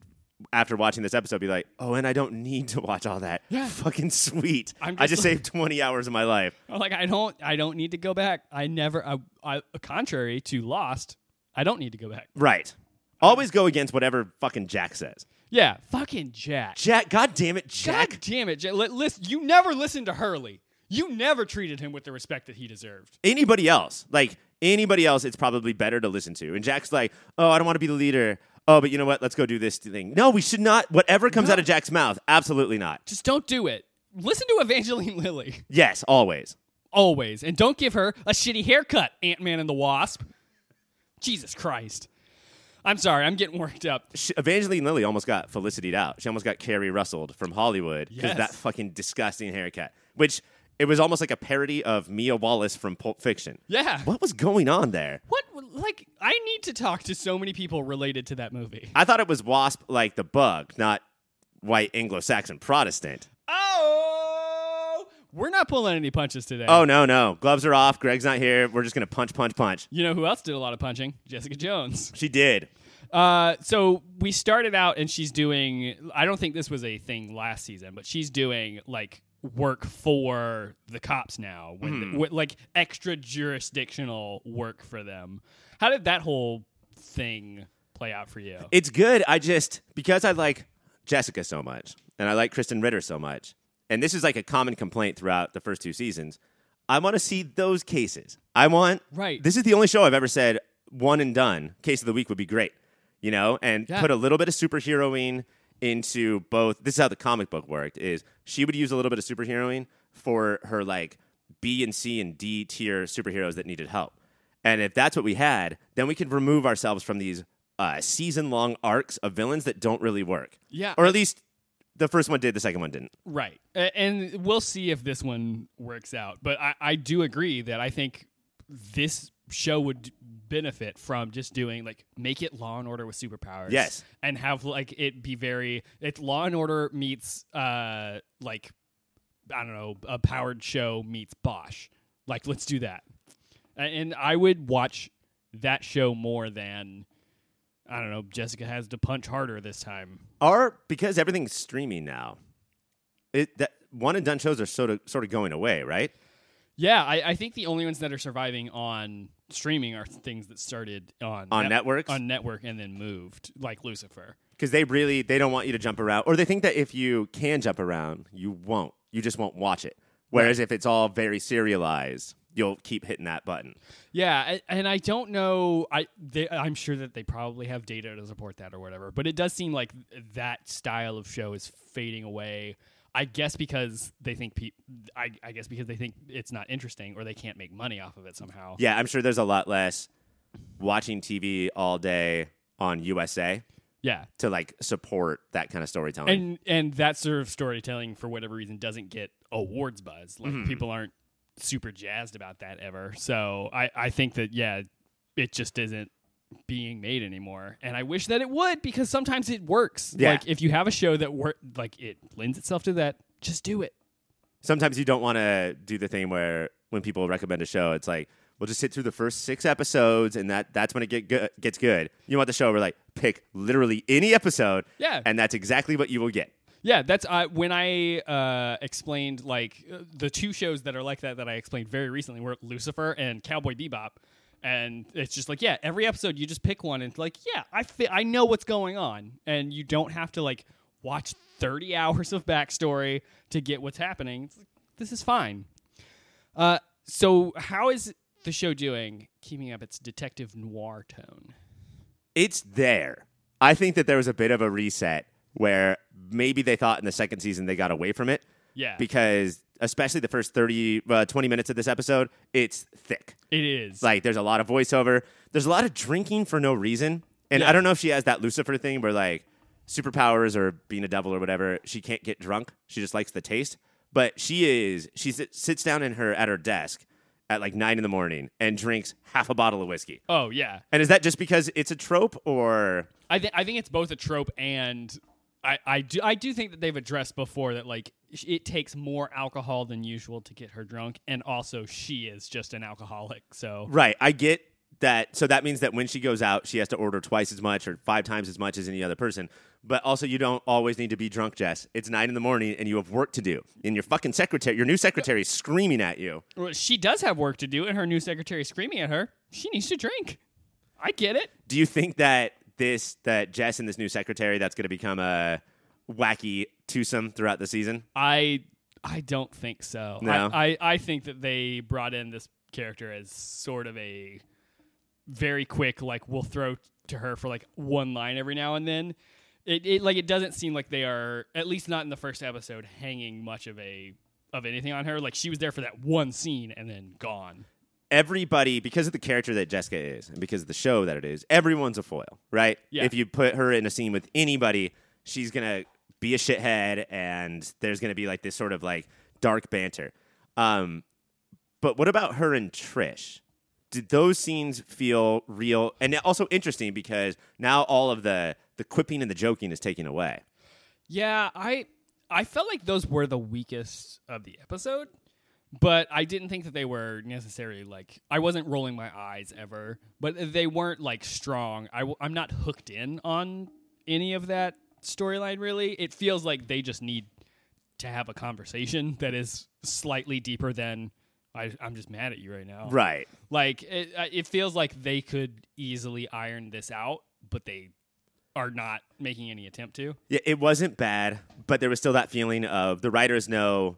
[SPEAKER 2] after watching this episode be like, "Oh, and I don't need to watch all that.
[SPEAKER 1] Yeah.
[SPEAKER 2] Fucking sweet.
[SPEAKER 1] I'm
[SPEAKER 2] I
[SPEAKER 1] just
[SPEAKER 2] just
[SPEAKER 1] like-
[SPEAKER 2] saved 20 hours of my life.
[SPEAKER 1] I'm like I don't I don't need to go back. I never I, I contrary to Lost, I don't need to go back.
[SPEAKER 2] Right. Always go against whatever fucking Jack says.
[SPEAKER 1] Yeah, fucking Jack.
[SPEAKER 2] Jack, god damn it, Jack.
[SPEAKER 1] God damn it, Jack. Li- Listen, you never listened to Hurley. You never treated him with the respect that he deserved.
[SPEAKER 2] anybody else, like anybody else, it's probably better to listen to. And Jack's like, oh, I don't want to be the leader. Oh, but you know what? Let's go do this thing. No, we should not. Whatever comes out of Jack's mouth, absolutely not.
[SPEAKER 1] Just don't do it. Listen to Evangeline Lilly
[SPEAKER 2] Yes, always.
[SPEAKER 1] always, and don't give her a shitty haircut. Ant Man and the Wasp. Jesus Christ. I'm sorry. I'm getting worked up.
[SPEAKER 2] She, Evangeline Lilly almost got Felicity'd out. She almost got Carrie Russelled from Hollywood because
[SPEAKER 1] Yes.
[SPEAKER 2] that fucking disgusting haircut, which it was almost like a parody of Mia Wallace from Pulp Fiction.
[SPEAKER 1] Yeah.
[SPEAKER 2] What was going on there?
[SPEAKER 1] What? Like, I need to talk to so many people related to that movie.
[SPEAKER 2] I thought it was Wasp like the bug, not white Anglo Saxon Protestant.
[SPEAKER 1] Oh, we're not pulling any punches today.
[SPEAKER 2] Oh, no, no. Gloves are off. Greg's not here. We're just going to punch, punch, punch.
[SPEAKER 1] You know who else did a lot of punching? Jessica Jones.
[SPEAKER 2] She did.
[SPEAKER 1] Uh, so we started out and she's doing, I don't think this was a thing last season, but she's doing like work for the cops now, when with, like extra jurisdictional work for them. How did that whole thing play out for you?
[SPEAKER 2] It's good. I just because I like Jessica so much and I like Kristen Ritter so much, and this is like a common complaint throughout the first two seasons. I want to see those cases. I want
[SPEAKER 1] Right.
[SPEAKER 2] This is the only show I've ever said one and done case of the week would be great, you know, and
[SPEAKER 1] Yeah.
[SPEAKER 2] put a little bit of superheroing into both. This is how the comic book worked: is she would use a little bit of superheroing for her like B and C and D tier superheroes that needed help. And if that's what we had, then we could remove ourselves from these uh, season long arcs of villains that don't really work.
[SPEAKER 1] Yeah.
[SPEAKER 2] Or at least the first one did, the second one didn't.
[SPEAKER 1] Right. A- And we'll see if this one works out. But I, I do agree that I think this show would benefit from just doing like make it law and order with superpowers.
[SPEAKER 2] Yes.
[SPEAKER 1] And have like it be very it's law and order meets uh like I don't know, a powered show meets Bosch. Like let's do that. A- And I would watch that show more than I don't know, Jessica has to punch harder this time.
[SPEAKER 2] Or because everything's streaming now, it that one and done shows are sort of sort of going away, right?
[SPEAKER 1] Yeah, I, I think the only ones that are surviving on streaming are things that started on
[SPEAKER 2] On networks?
[SPEAKER 1] on network and then moved, like Lucifer.
[SPEAKER 2] Because they really they don't want you to jump around, or they think that if you can jump around, you won't. You just won't watch it. Whereas if it's all very serialized, you'll keep hitting that button.
[SPEAKER 1] Yeah, a- and I don't know. I they, I'm sure that they probably have data to support that or whatever, but it does seem like that style of show is fading away. I guess because they think peop I, I guess because they think it's not interesting or they can't make money off of it somehow.
[SPEAKER 2] Yeah, I'm sure there's a lot less watching TV all day on USA
[SPEAKER 1] Yeah.
[SPEAKER 2] to like support that kind of storytelling.
[SPEAKER 1] And and that sort of storytelling for whatever reason doesn't get awards buzz. Like
[SPEAKER 2] Mm-hmm.
[SPEAKER 1] people aren't super jazzed about that ever. So I I think that yeah, it just isn't being made anymore. And I wish that it would because sometimes it works.
[SPEAKER 2] Yeah.
[SPEAKER 1] Like if you have a show that work like it lends itself to that, just do it.
[SPEAKER 2] Sometimes you don't want to do the thing where when people recommend a show, it's like we'll just sit through the first six episodes, and that that's when it get go- gets good. You want the show where like pick literally any episode,
[SPEAKER 1] Yeah.
[SPEAKER 2] and that's exactly what you will get.
[SPEAKER 1] Yeah, that's uh, when I uh, explained like uh, the two shows that are like that that I explained very recently were Lucifer and Cowboy Bebop, and it's just like yeah, every episode you just pick one and it's like yeah, I fi- I know what's going on, and you don't have to like watch thirty hours of backstory to get what's happening. It's like, this is fine. Uh, so how is the show doing, keeping up its detective noir tone?
[SPEAKER 2] it's there. I think that there was a bit of a reset where maybe they thought in the second season they got away from it
[SPEAKER 1] Yeah,
[SPEAKER 2] because especially the first 30 uh, 20 minutes of this episode, it's thick.
[SPEAKER 1] it is.
[SPEAKER 2] Like there's a lot of voiceover, there's a lot of drinking for no reason. And
[SPEAKER 1] Yeah.
[SPEAKER 2] I don't know if she has that Lucifer thing where like superpowers or being a devil or whatever, she can't get drunk. She just likes the taste. But she is she sit, sits down in her at her desk at like 9 in the morning and drinks half a bottle of whiskey.
[SPEAKER 1] oh yeah.
[SPEAKER 2] And is that just because it's a trope or
[SPEAKER 1] I think I think it's both a trope and I, I do I do think that they've addressed before that like sh- it takes more alcohol than usual to get her drunk, and also she is just an alcoholic. So
[SPEAKER 2] Right. I get that. So that means that when she goes out, she has to order twice as much or five times as much as any other person. But also, you don't always need to be drunk, Jess. It's nine in the morning and you have work to do. And your fucking secretary, your new secretary, is screaming at you.
[SPEAKER 1] Well, she does have work to do, and her new secretary screaming at her. She needs to drink. I get it.
[SPEAKER 2] Do you think that this, that Jess and this new secretary, that's going to become a wacky twosome throughout the season?
[SPEAKER 1] I I don't think so.
[SPEAKER 2] No.
[SPEAKER 1] I, I I think that they brought in this character as sort of a very quick like we'll throw to her for like one line every now and then. It, it like it doesn't seem like they are at least not in the first episode hanging much of a of anything on her. Like she was there for that one scene and then gone.
[SPEAKER 2] everybody because of the character that Jessica is and because of the show that it is, everyone's a foil, right?
[SPEAKER 1] Yeah.
[SPEAKER 2] If you put her in a scene with anybody, she's gonna be a shithead and there's gonna be like this sort of like dark banter. Um but what about her and Trish? Did those scenes feel real and also interesting because now all of the the quipping and the joking is taken away.
[SPEAKER 1] Yeah, I I felt like those were the weakest of the episode, but I didn't think that they were necessarily like I wasn't rolling my eyes ever, but they weren't like strong. I w- I'm not hooked in on any of that storyline really. It feels like they just need to have a conversation that is slightly deeper than I, I'm just mad at you right now.
[SPEAKER 2] Right.
[SPEAKER 1] Like it, uh, it feels like they could easily iron this out, but they are not making any attempt to.
[SPEAKER 2] Yeah, it wasn't bad, but there was still that feeling of the writers know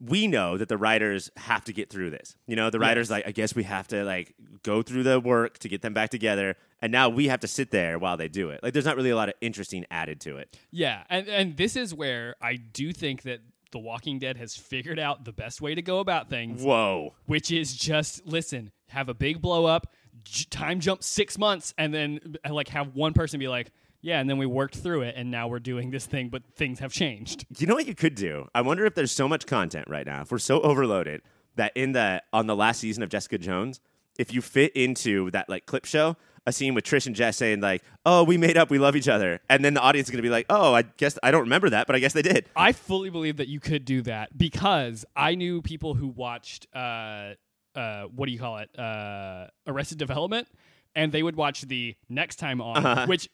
[SPEAKER 2] we know that the writers have to get through this. You know, the writers like I guess we have to like go through the work to get them back together, and now we have to sit there while they do it. Like there's not really a lot of interesting added to it.
[SPEAKER 1] Yeah, and and this is where I do think that The Walking Dead has figured out the best way to go about things,
[SPEAKER 2] Whoa.
[SPEAKER 1] which is just listen, have a big blow up, j- time jump six months, and then uh, like have one person be like, yeah, and then we worked through it, and now we're doing this thing, but things have changed.
[SPEAKER 2] You know what you could do? I wonder if there's so much content right now, if we're so overloaded that in the on the last season of Jessica Jones, if you fit into that like clip show, a scene with Trish and Jess saying like, "Oh, we made up, we love each other," and then the audience is gonna be like, "Oh, I guess I don't remember that, but I guess they did."
[SPEAKER 1] I fully believe that you could do that because I knew people who watched uh uh what do you call it? Uh Arrested Development and they would watch the next time on which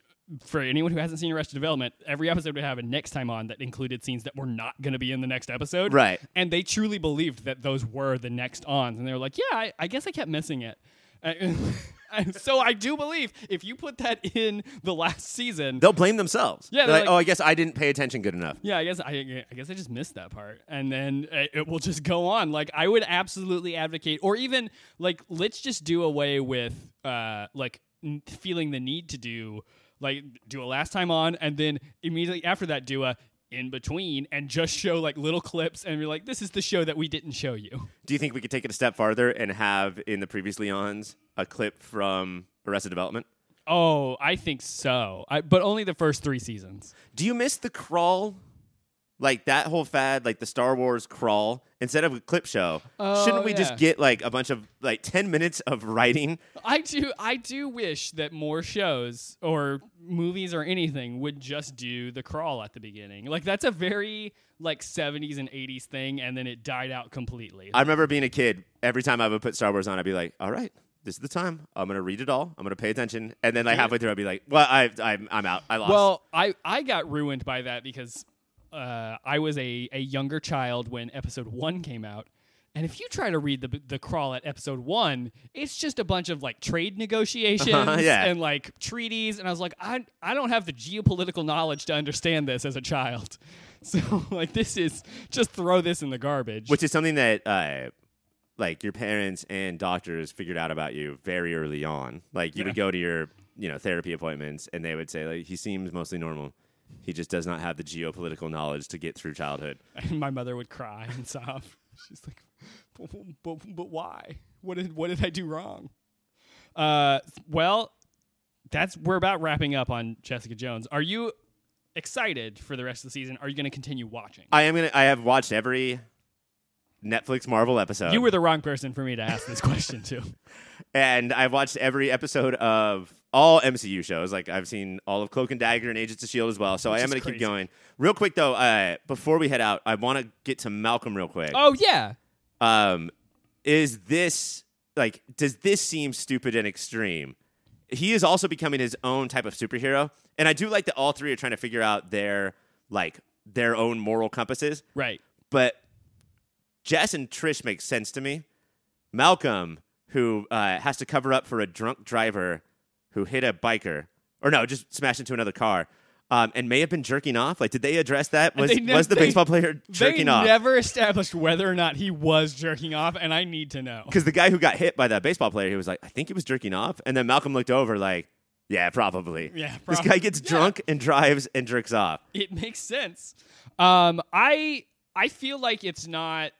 [SPEAKER 1] for anyone who hasn't seen Arrested Development, every episode would have a next time on that included scenes that were not going to be in the next episode.
[SPEAKER 2] Right.
[SPEAKER 1] And they truly believed that those were the next ons. And they were like, yeah, I, I guess I kept missing it. Uh, And so I do believe if you put that in the last season,
[SPEAKER 2] They'll blame themselves.
[SPEAKER 1] Yeah,
[SPEAKER 2] They're
[SPEAKER 1] they're
[SPEAKER 2] like,
[SPEAKER 1] like-
[SPEAKER 2] oh, I guess I didn't pay attention good enough.
[SPEAKER 1] Yeah, I guess I, I guess I just missed that part, and then uh, it will just go on. Like I would absolutely advocate, or even like let's just do away with uh like n- feeling the need to do like do a last time on, and then immediately after that do a in between, and just show like little clips, and be like, this is the show that we didn't show you.
[SPEAKER 2] Do you think we could take it a step farther and have in the previously ons a clip from Arrested Development?
[SPEAKER 1] Oh, I think so, I, but only the first three seasons.
[SPEAKER 2] Do you miss the crawl? Like that whole fad, like the Star Wars crawl, instead of a clip show,
[SPEAKER 1] Oh,
[SPEAKER 2] shouldn't we
[SPEAKER 1] yeah.
[SPEAKER 2] just get like a bunch of like 10 minutes of writing?
[SPEAKER 1] I do I do wish that more shows or movies or anything would just do the crawl at the beginning. Like that's a very like 70s and 80s thing and then it died out completely.
[SPEAKER 2] I remember being a kid, every time I would put Star Wars on, I'd be like, all right, this is the time. I'm going to read it all. I'm going to pay attention. And then like halfway through, I'd be like, well, I, I'm, I'm out. I lost.
[SPEAKER 1] well, I I got ruined by that because uh, I was a a younger child when episode 1 came out. And if you try to read the the crawl at episode 1, it's just a bunch of like trade negotiations
[SPEAKER 2] yeah.
[SPEAKER 1] and like treaties and I was like I I don't have the geopolitical knowledge to understand this as a child. So like this is just throw this in the garbage.
[SPEAKER 2] which is something that uh, like your parents and doctors figured out about you very early on. Like you would go to your you know therapy appointments, and they would say like he seems mostly normal. He just does not have the geopolitical knowledge to get through childhood.
[SPEAKER 1] and my mother would cry and sob. She's like, but, but, but why? What did what did I do wrong? Uh, well, that's we're about wrapping up on Jessica Jones. Are you excited for the rest of the season? Are you going to continue watching?
[SPEAKER 2] I am gonna. I have watched every Netflix Marvel episode.
[SPEAKER 1] you were the wrong person for me to ask this question to.
[SPEAKER 2] and I've watched every episode of all MCU shows. Like I've seen all of Cloak and Dagger and Agents of Shield as well. So I
[SPEAKER 1] Which
[SPEAKER 2] am
[SPEAKER 1] is
[SPEAKER 2] gonna keep
[SPEAKER 1] crazy.
[SPEAKER 2] going. Real quick though, uh, before we head out, I want to get to Malcolm real quick.
[SPEAKER 1] Oh yeah,
[SPEAKER 2] um, is this like does this seem stupid and extreme he is also becoming his own type of superhero and i do like that all three are trying to figure out their like their own moral compasses
[SPEAKER 1] right.
[SPEAKER 2] but jess and trish make sense to me malcolm who uh, has to cover up for a drunk driver who hit a biker or no just smashed into another car um, and may have been jerking off like did they address that was,
[SPEAKER 1] they ne-
[SPEAKER 2] was the
[SPEAKER 1] they-
[SPEAKER 2] baseball player jerking
[SPEAKER 1] they
[SPEAKER 2] off
[SPEAKER 1] never established whether or not he was jerking off, and I need to know.
[SPEAKER 2] because the guy who got hit by that baseball player, he was like, I think he was jerking off. And then Malcolm looked over, like, yeah, probably.
[SPEAKER 1] Yeah,
[SPEAKER 2] This
[SPEAKER 1] prob-
[SPEAKER 2] guy gets
[SPEAKER 1] Yeah.
[SPEAKER 2] drunk and drives and jerks off.
[SPEAKER 1] it makes sense. Um, I I feel like it's not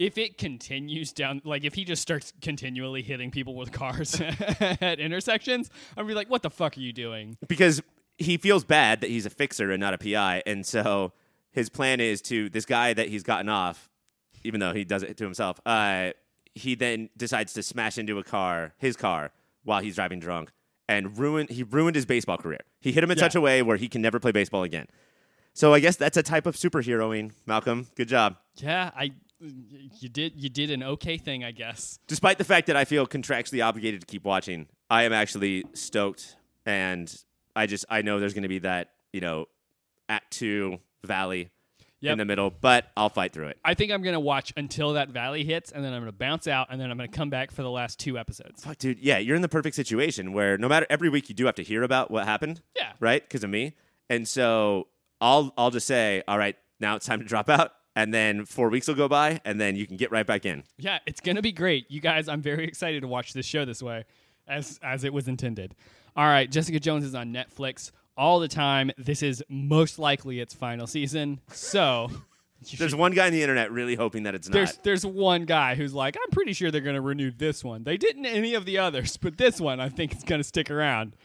[SPEAKER 1] if it continues down like if he just starts continually hitting people with cars at intersections, I'd be like, what the fuck are you doing?
[SPEAKER 2] Because he feels bad that he's a fixer and not a PI. And so his plan is to this guy that he's gotten off, even though he does it to himself, uh, he then decides to smash into a car, his car, while he's driving drunk. And ruin he ruined his baseball career. He hit him in
[SPEAKER 1] Yeah.
[SPEAKER 2] such a way where he can never play baseball again. So I guess that's a type of superheroing, Malcolm. Good job.
[SPEAKER 1] Yeah, I you did you did an okay thing, I guess.
[SPEAKER 2] despite the fact that I feel contractually obligated to keep watching, I am actually stoked, and I just I know there's going to be that you know Act Two Valley
[SPEAKER 1] Yep.
[SPEAKER 2] in the middle, but I'll fight through it.
[SPEAKER 1] I think I'm gonna watch until that valley hits, and then I'm gonna bounce out, and then I'm gonna come back for the last two episodes.
[SPEAKER 2] Fuck, dude, yeah, you're in the perfect situation where no matter every week you do have to hear about what happened,
[SPEAKER 1] Yeah.
[SPEAKER 2] right, because of me, and so I'll I'll just say, all right, now it's time to drop out. And then four weeks will go by, and then you can get right back in.
[SPEAKER 1] Yeah, it's gonna be great, you guys. I'm very excited to watch this show this way, as as it was intended. All right, Jessica Jones is on Netflix all the time. This is most likely its final season, so you
[SPEAKER 2] There's
[SPEAKER 1] should-
[SPEAKER 2] one guy on the internet really hoping that it's not.
[SPEAKER 1] there's there's one guy who's like, I'm pretty sure they're gonna renew this one. They didn't any of the others, but this one I think is gonna stick around.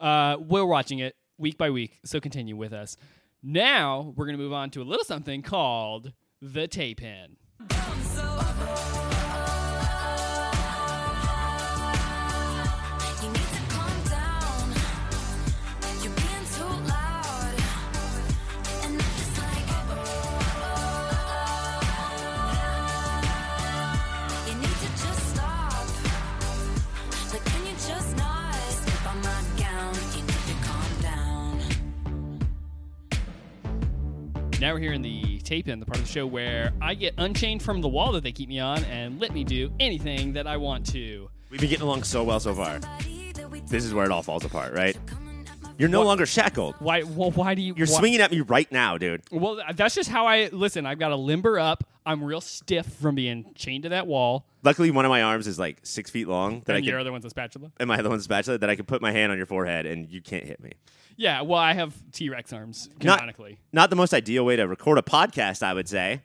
[SPEAKER 1] Uh, we're watching it week by week, so continue with us. Now we're gonna move on to a little something called the tape in.
[SPEAKER 5] You need to calm down. You're being too loud, and I'm just like, oh, You need to just stop. Like, can you just not slip on my gown? You need to calm down.
[SPEAKER 1] Now we're here in the tape in, the part of the show where I get unchained from the wall that they keep me on and let me do anything that I want to.
[SPEAKER 2] We've been getting along so well so far. This is where it all falls apart, right? You're
[SPEAKER 5] You're
[SPEAKER 2] no
[SPEAKER 1] What?
[SPEAKER 2] longer shackled.
[SPEAKER 1] Why? Well, why do you?
[SPEAKER 2] You're
[SPEAKER 1] why-
[SPEAKER 2] swinging at me right now, dude.
[SPEAKER 1] Well, that's just how I listen. I've got to limber up. I'm real stiff from being chained to that wall. But
[SPEAKER 2] Luckily, one of my arms is like six feet long that I
[SPEAKER 1] and your
[SPEAKER 2] can,
[SPEAKER 1] other one's a spatula.
[SPEAKER 2] and my other one's spatula that I can put my hand on your forehead and you can't hit me.
[SPEAKER 1] Yeah. Well, I have T Rex arms
[SPEAKER 2] Not-
[SPEAKER 1] canonically.
[SPEAKER 2] Not the most ideal way to record a podcast, I would say.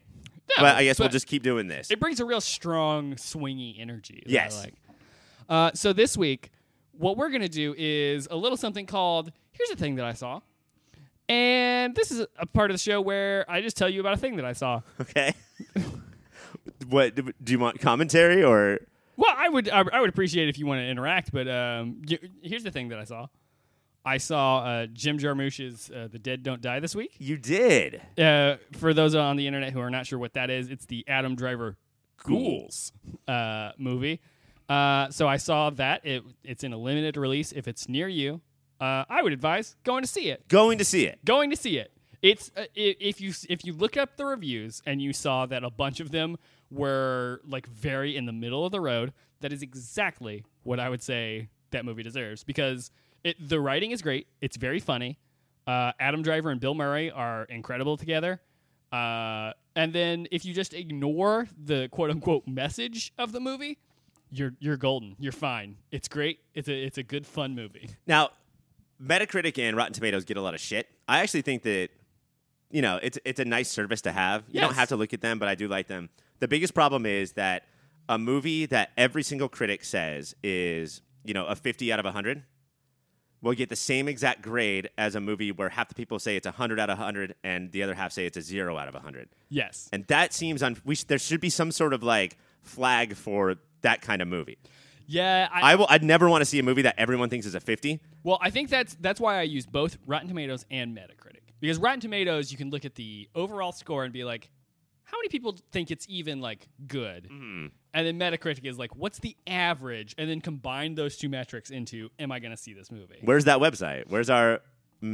[SPEAKER 2] but I guess we'll
[SPEAKER 1] but-
[SPEAKER 2] just keep doing this.
[SPEAKER 1] it brings a real strong swingy energy. that I
[SPEAKER 2] Yes.
[SPEAKER 1] like. Uh, so this week, what we're gonna do is a little something called "Here's a Thing That I Saw," and this is a part of the show where I just tell you about a thing that I saw.
[SPEAKER 2] Okay. what do you want commentary or
[SPEAKER 1] Well, I would I, I would appreciate it if you want to interact, but um, y- here's the thing that I saw. I saw uh, Jim Jarmusch's uh, "The Dead Don't Die" this week.
[SPEAKER 2] you did?
[SPEAKER 1] Uh, for those on the internet who are not sure what that is, it's the Adam Driver Ghouls uh, movie. Uh, so I saw that it it's in a limited release. If it's near you, uh, I would advise going to see it.
[SPEAKER 2] Going to see it.
[SPEAKER 1] Going to see it. It's uh, i- if you if you look up the reviews and you saw that a bunch of them were like very in the middle of the road. That is exactly what I would say that movie deserves because it the writing is great. It's very funny. Uh, Adam Driver and Bill Murray are incredible together. Uh, and then if you just ignore the quote unquote message of the movie, you're you're golden. You're fine. It's great. It's a it's a good fun movie.
[SPEAKER 2] Now, Metacritic and Rotten Tomatoes get a lot of shit. I actually think that you know it's it's a nice service to have. You don't
[SPEAKER 1] Yes.
[SPEAKER 2] have to look at them, but I do like them. The biggest problem is that a movie that every single critic says is you know a fifty out of hundred will get the same exact grade as a movie where half the people say it's a hundred out of hundred and the other half say it's a zero out of hundred.
[SPEAKER 1] Yes.
[SPEAKER 2] And that seems un- we sh- there should be some sort of like flag for that kind of movie.
[SPEAKER 1] Yeah. I,
[SPEAKER 2] I will. I'd never want to see a movie that everyone thinks is a fifty.
[SPEAKER 1] Well, I think that's that's why I use both Rotten Tomatoes and Metacritic. Because Rotten Tomatoes, you can look at the overall score and be like, how many people think it's even like good?
[SPEAKER 2] Mm-hmm.
[SPEAKER 1] And then Metacritic is like, what's the average? And then combine those two metrics into, am I going to see this movie?
[SPEAKER 2] Where's that website? Where's our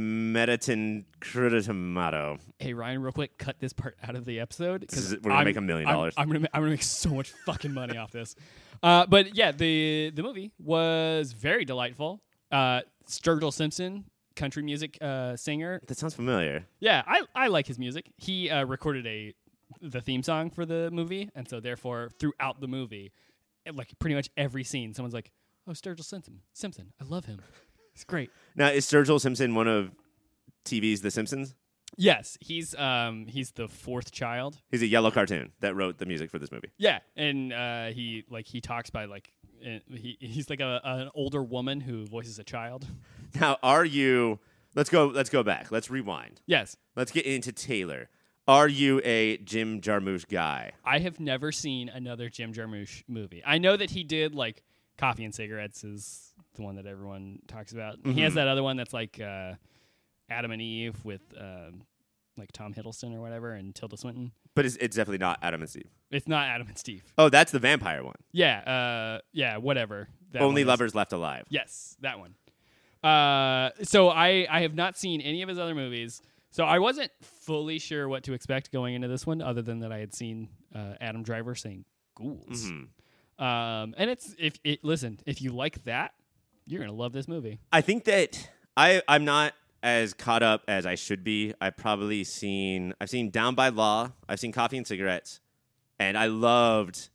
[SPEAKER 2] Metatin Critimato?
[SPEAKER 1] Hey Ryan, real quick, cut this part out of the episode
[SPEAKER 2] is-
[SPEAKER 1] because
[SPEAKER 2] we're gonna make a million dollars.
[SPEAKER 1] I'm gonna ma- I'm gonna make so much fucking money off this. Uh, but yeah, the the movie was very delightful. Uh, Sturgill Simpson, country music uh, singer,
[SPEAKER 2] That sounds familiar.
[SPEAKER 1] Yeah, I, I like his music. He uh, recorded a the theme song for the movie, and so therefore throughout the movie, eh, like pretty much every scene, someone's like, "Oh, Sturgill Simpson, Simpson, I love him. He's great."
[SPEAKER 2] Now, is Sturgill Simpson one of TV's The Simpsons?
[SPEAKER 1] Yes, he's um he's the fourth child.
[SPEAKER 2] He's a yellow cartoon that wrote the music for this movie.
[SPEAKER 1] Yeah, and uh, he like he talks by like eh, he he's like a, an older woman who voices a child.
[SPEAKER 2] Now, are you? Let's go. Let's go back. Let's rewind.
[SPEAKER 1] Yes,
[SPEAKER 2] Let's get into Taylor. Are you a Jim Jarmusch guy?
[SPEAKER 1] I have never seen another Jim Jarmusch movie. I know that he did like Coffee and Cigarettes is the one that everyone talks about. He
[SPEAKER 2] Mm-hmm.
[SPEAKER 1] has that other one that's like uh, Adam and Eve with um, like Tom Hiddleston or whatever and Tilda Swinton.
[SPEAKER 2] But it's, it's definitely not Adam and Steve.
[SPEAKER 1] It's not Adam and Steve.
[SPEAKER 2] Oh, that's the vampire one.
[SPEAKER 1] Yeah, uh, yeah, whatever. That one
[SPEAKER 2] Only
[SPEAKER 1] is-
[SPEAKER 2] lovers left alive.
[SPEAKER 1] Yes, that one. Uh, so I I have not seen any of his other movies. So I wasn't fully sure what to expect going into this one, other than that I had seen uh, Adam Driver saying ghouls. Um, and it's if it listen if you like that, you're gonna love this movie.
[SPEAKER 2] I think that I I'm not as caught up as I should be. I've probably seen I've seen Down by Law, I've seen Coffee and Cigarettes, and I loved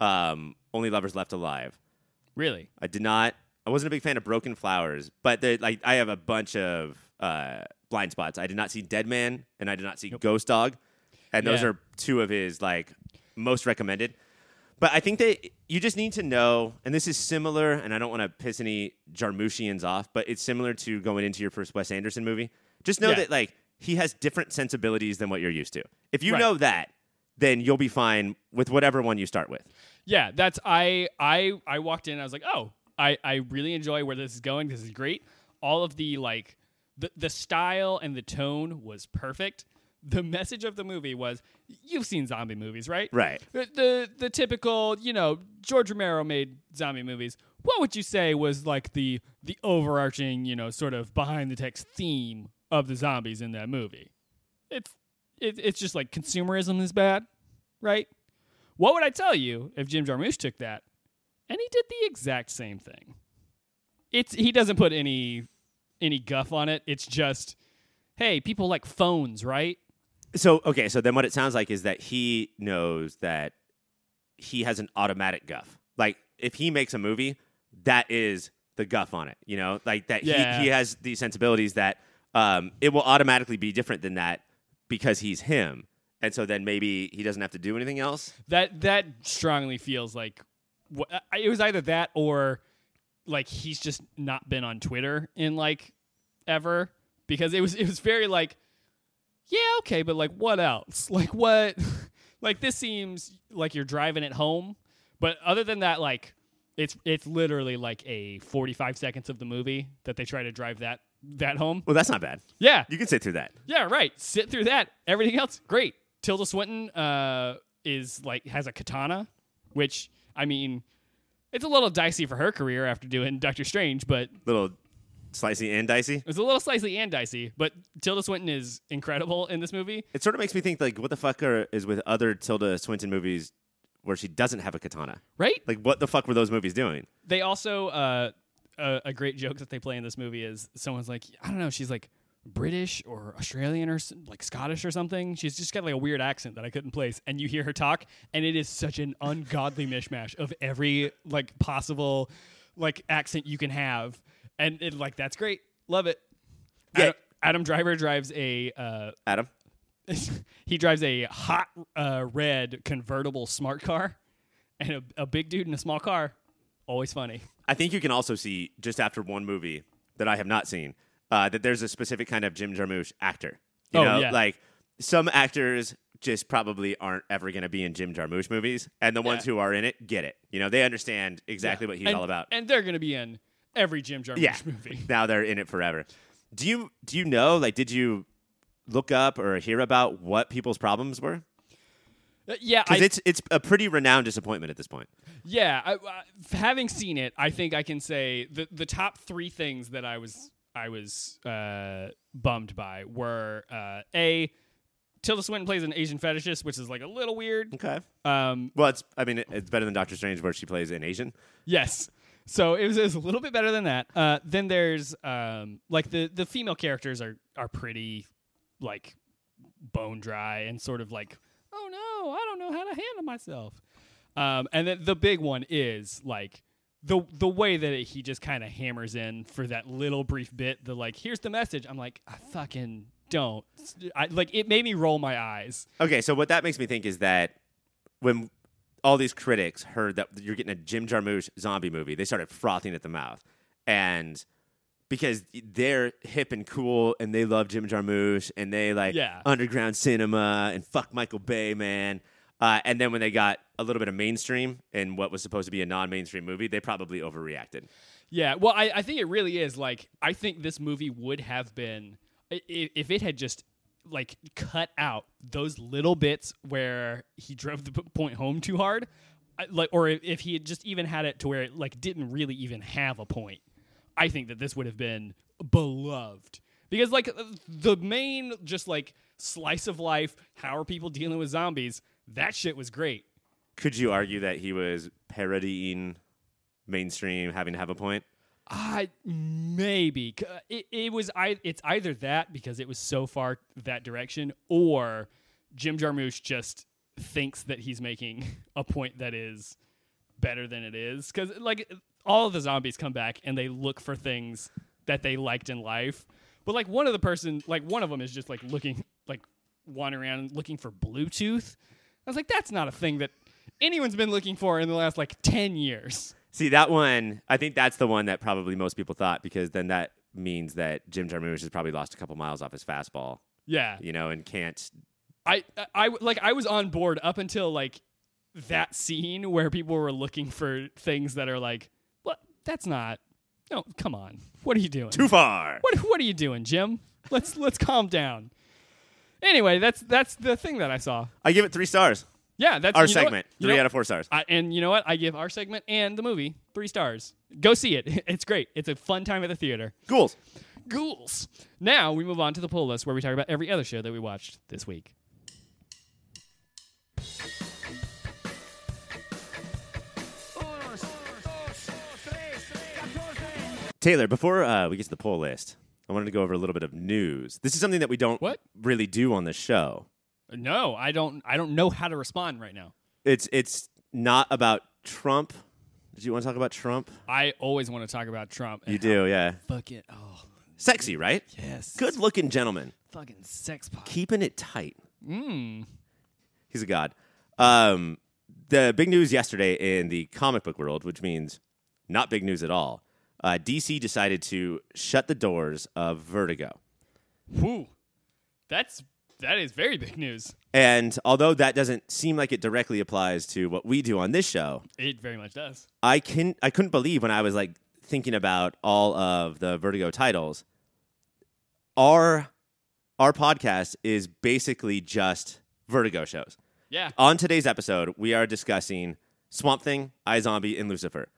[SPEAKER 2] um, Only Lovers Left Alive.
[SPEAKER 1] Really,
[SPEAKER 2] I did not I wasn't a big fan of Broken Flowers, but the, like I have a bunch of uh, blind spots. I did not see Dead Man and I did not see Ghost Dog. And those
[SPEAKER 1] Yeah.
[SPEAKER 2] are two of his like most recommended. But I think that you just need to know, and this is similar, and I don't want to piss any Jarmushians off, but it's similar to going into your first Wes Anderson movie. Just know
[SPEAKER 1] Yeah.
[SPEAKER 2] that like he has different sensibilities than what you're used to. If you
[SPEAKER 1] Right.
[SPEAKER 2] know that, then you'll be fine with whatever one you start with.
[SPEAKER 1] yeah. That's I I I walked in. I was like, oh, I I really enjoy where this is going. This is great. All of the like the the style and the tone was perfect. The message of the movie was you've seen zombie movies, right?
[SPEAKER 2] Right.
[SPEAKER 1] The, the the typical, you know, George Romero made zombie movies. What would you say was like the the overarching, you know, sort of behind the text theme of the zombies in that movie? It's it, it's just like consumerism is bad, right? What would I tell you if Jim Jarmusch took that and he did the exact same thing. It's he doesn't put any any guff on it. It's just, hey, people like phones, right?
[SPEAKER 2] So okay, so then what it sounds like is that he knows that he has an automatic guff. Like if he makes a movie, that is the guff on it. You know, like that
[SPEAKER 1] Yeah.
[SPEAKER 2] he, he has these sensibilities that um, it will automatically be different than that because he's him. And so then maybe he doesn't have to do anything else.
[SPEAKER 1] That that strongly feels like wh- I- it was either that or like he's just not been on Twitter in like ever because it was it was very like yeah okay but like what else like what like this seems like you're driving it home but other than that like it's it's literally like a 45 seconds of the movie that they try to drive that that home
[SPEAKER 2] Well, that's not bad.
[SPEAKER 1] yeah
[SPEAKER 2] You can sit through that.
[SPEAKER 1] yeah, right. Sit through that. Everything else, great. Tilda Swinton uh, is like has a katana, which I mean, it's a little dicey for her career after doing Doctor Strange, but
[SPEAKER 2] Little slicey and dicey.
[SPEAKER 1] it's a little slicey and dicey. But Tilda Swinton is incredible in this movie.
[SPEAKER 2] It sort of makes me think like, what the fuck are, is with other Tilda Swinton movies where she doesn't have a katana?
[SPEAKER 1] Right?
[SPEAKER 2] Like, what the fuck were those movies doing?
[SPEAKER 1] They also uh, a, a great joke that they play in this movie is someone's like, I don't know, she's like British or Australian or s- like Scottish or something. She's just got like a weird accent that I couldn't place, and you hear her talk, and it is such an ungodly mishmash of every like possible like accent you can have, and it like that's great, love it.
[SPEAKER 2] Yeah.
[SPEAKER 1] Adam, Adam Driver drives a uh,
[SPEAKER 2] Adam?
[SPEAKER 1] he drives a hot uh, red convertible smart car, and a, a big dude in a small car, always funny.
[SPEAKER 2] I think you can also see just after one movie that I have not seen uh, that there's a specific kind of Jim Jarmusch actor. You
[SPEAKER 1] Oh,
[SPEAKER 2] know,
[SPEAKER 1] yeah.
[SPEAKER 2] like some actors just probably aren't ever going to be in Jim Jarmusch movies, and the ones
[SPEAKER 1] Yeah.
[SPEAKER 2] who are in it get it. You know, they understand exactly
[SPEAKER 1] Yeah.
[SPEAKER 2] what he's
[SPEAKER 1] And-
[SPEAKER 2] all about.
[SPEAKER 1] And they're going to be in every Jim Jarmusch
[SPEAKER 2] yeah,
[SPEAKER 1] movie.
[SPEAKER 2] now they're in it forever. Do you do you know? Like, did you look up or hear about what people's problems were?
[SPEAKER 1] Uh, yeah, I,
[SPEAKER 2] Because it's it's a pretty renowned disappointment at this point.
[SPEAKER 1] yeah. I, I, having seen it, I think I can say the the top three things that I was I was uh, bummed by were uh, a Tilda Swinton plays an Asian fetishist, which is like a little weird.
[SPEAKER 2] Okay.
[SPEAKER 1] Um,
[SPEAKER 2] Well, it's I mean it- it's better than Doctor Strange where she plays an Asian.
[SPEAKER 1] Yes. So it was, it was a little bit better than that. Uh, then there's um, like the the female characters are are pretty like bone dry and sort of like oh no I don't know how to handle myself. Um, and then the big one is like the the way that it, he just kind of hammers in for that little brief bit. The like here's the message. I'm like I fucking don't. I, like it made me roll my eyes.
[SPEAKER 2] Okay, so what that makes me think is that when all these critics heard that you're getting a Jim Jarmusch zombie movie, they started frothing at the mouth, and because they're hip and cool and they love Jim Jarmusch and they like
[SPEAKER 1] Yeah.
[SPEAKER 2] underground cinema and fuck Michael Bay, man. Uh, and then when they got a little bit of mainstream in what was supposed to be a non-mainstream movie, they probably overreacted.
[SPEAKER 1] Yeah, well, I, I think it really is like I think this movie would have been i- i- if it had just like cut out those little bits where he drove the p- point home too hard, I- like or if- if he had just even had it to where it like didn't really even have a point. I think that this would have been beloved because like uh, the main just like slice of life, how are people dealing with zombies? That shit was great.
[SPEAKER 2] Could you argue that he was parodying mainstream, having to have a point?
[SPEAKER 1] I maybe C- uh, it, it was I. It's either that because it was so far that direction, or Jim Jarmusch just thinks that he's making a point that is better than it is. Because like all of the zombies come back and they look for things that they liked in life, but like one of the person, like one of them is just like looking, like wandering around looking for Bluetooth. I was like, that's not a thing that anyone's been looking for in the last like ten years.
[SPEAKER 2] See that one. I think that's the one that probably most people thought because then that means that Jim Jarmusch has probably lost a couple miles off his fastball,
[SPEAKER 1] Yeah.
[SPEAKER 2] you know, and can't.
[SPEAKER 1] I, I like I was on board up until like that scene where people were looking for things that are like, what? That's not. No, come on. What are you doing?
[SPEAKER 2] Too far.
[SPEAKER 1] What What are you doing, Jim? Let's let's calm down. Anyway, that's that's the thing that I saw.
[SPEAKER 2] I give it three stars.
[SPEAKER 1] Yeah, that's
[SPEAKER 2] Our
[SPEAKER 1] you know what-
[SPEAKER 2] segment,
[SPEAKER 1] you
[SPEAKER 2] three
[SPEAKER 1] know-
[SPEAKER 2] out of four stars.
[SPEAKER 1] I, and you know what? I give our segment and the movie three stars. Go see it. It's great. It's a fun time at the theater.
[SPEAKER 2] Ghouls.
[SPEAKER 1] Ghouls. Now we move on to the pull list where we talk about every other show that we watched this week.
[SPEAKER 4] Force.
[SPEAKER 2] Taylor, before uh, we get to the poll list, I wanted to go over a little bit of news. This is something that we don't
[SPEAKER 1] What?
[SPEAKER 2] really do on the show.
[SPEAKER 1] No, I don't. I don't know how to respond right now.
[SPEAKER 2] It's it's not about Trump. Do you want to talk about Trump?
[SPEAKER 1] I always want to talk about Trump. and
[SPEAKER 2] You
[SPEAKER 1] how
[SPEAKER 2] do, yeah.
[SPEAKER 1] Fucking oh
[SPEAKER 2] Sexy, right?
[SPEAKER 1] yes.
[SPEAKER 2] Good looking gentleman,
[SPEAKER 1] fucking sex pot.
[SPEAKER 2] keeping it tight.
[SPEAKER 1] Mm.
[SPEAKER 2] He's a god. Um, the big news yesterday in the comic book world, which means not big news at all. Uh, DC decided to shut the doors of Vertigo.
[SPEAKER 1] Whew. That's that is very big news.
[SPEAKER 2] And although that doesn't seem like it directly applies to what we do on this show,
[SPEAKER 1] It very much does.
[SPEAKER 2] I can I couldn't believe when I was like thinking about all of the Vertigo titles. Our our podcast is basically just Vertigo shows.
[SPEAKER 1] Yeah.
[SPEAKER 2] On today's episode, we are discussing Swamp Thing, iZombie, and Lucifer.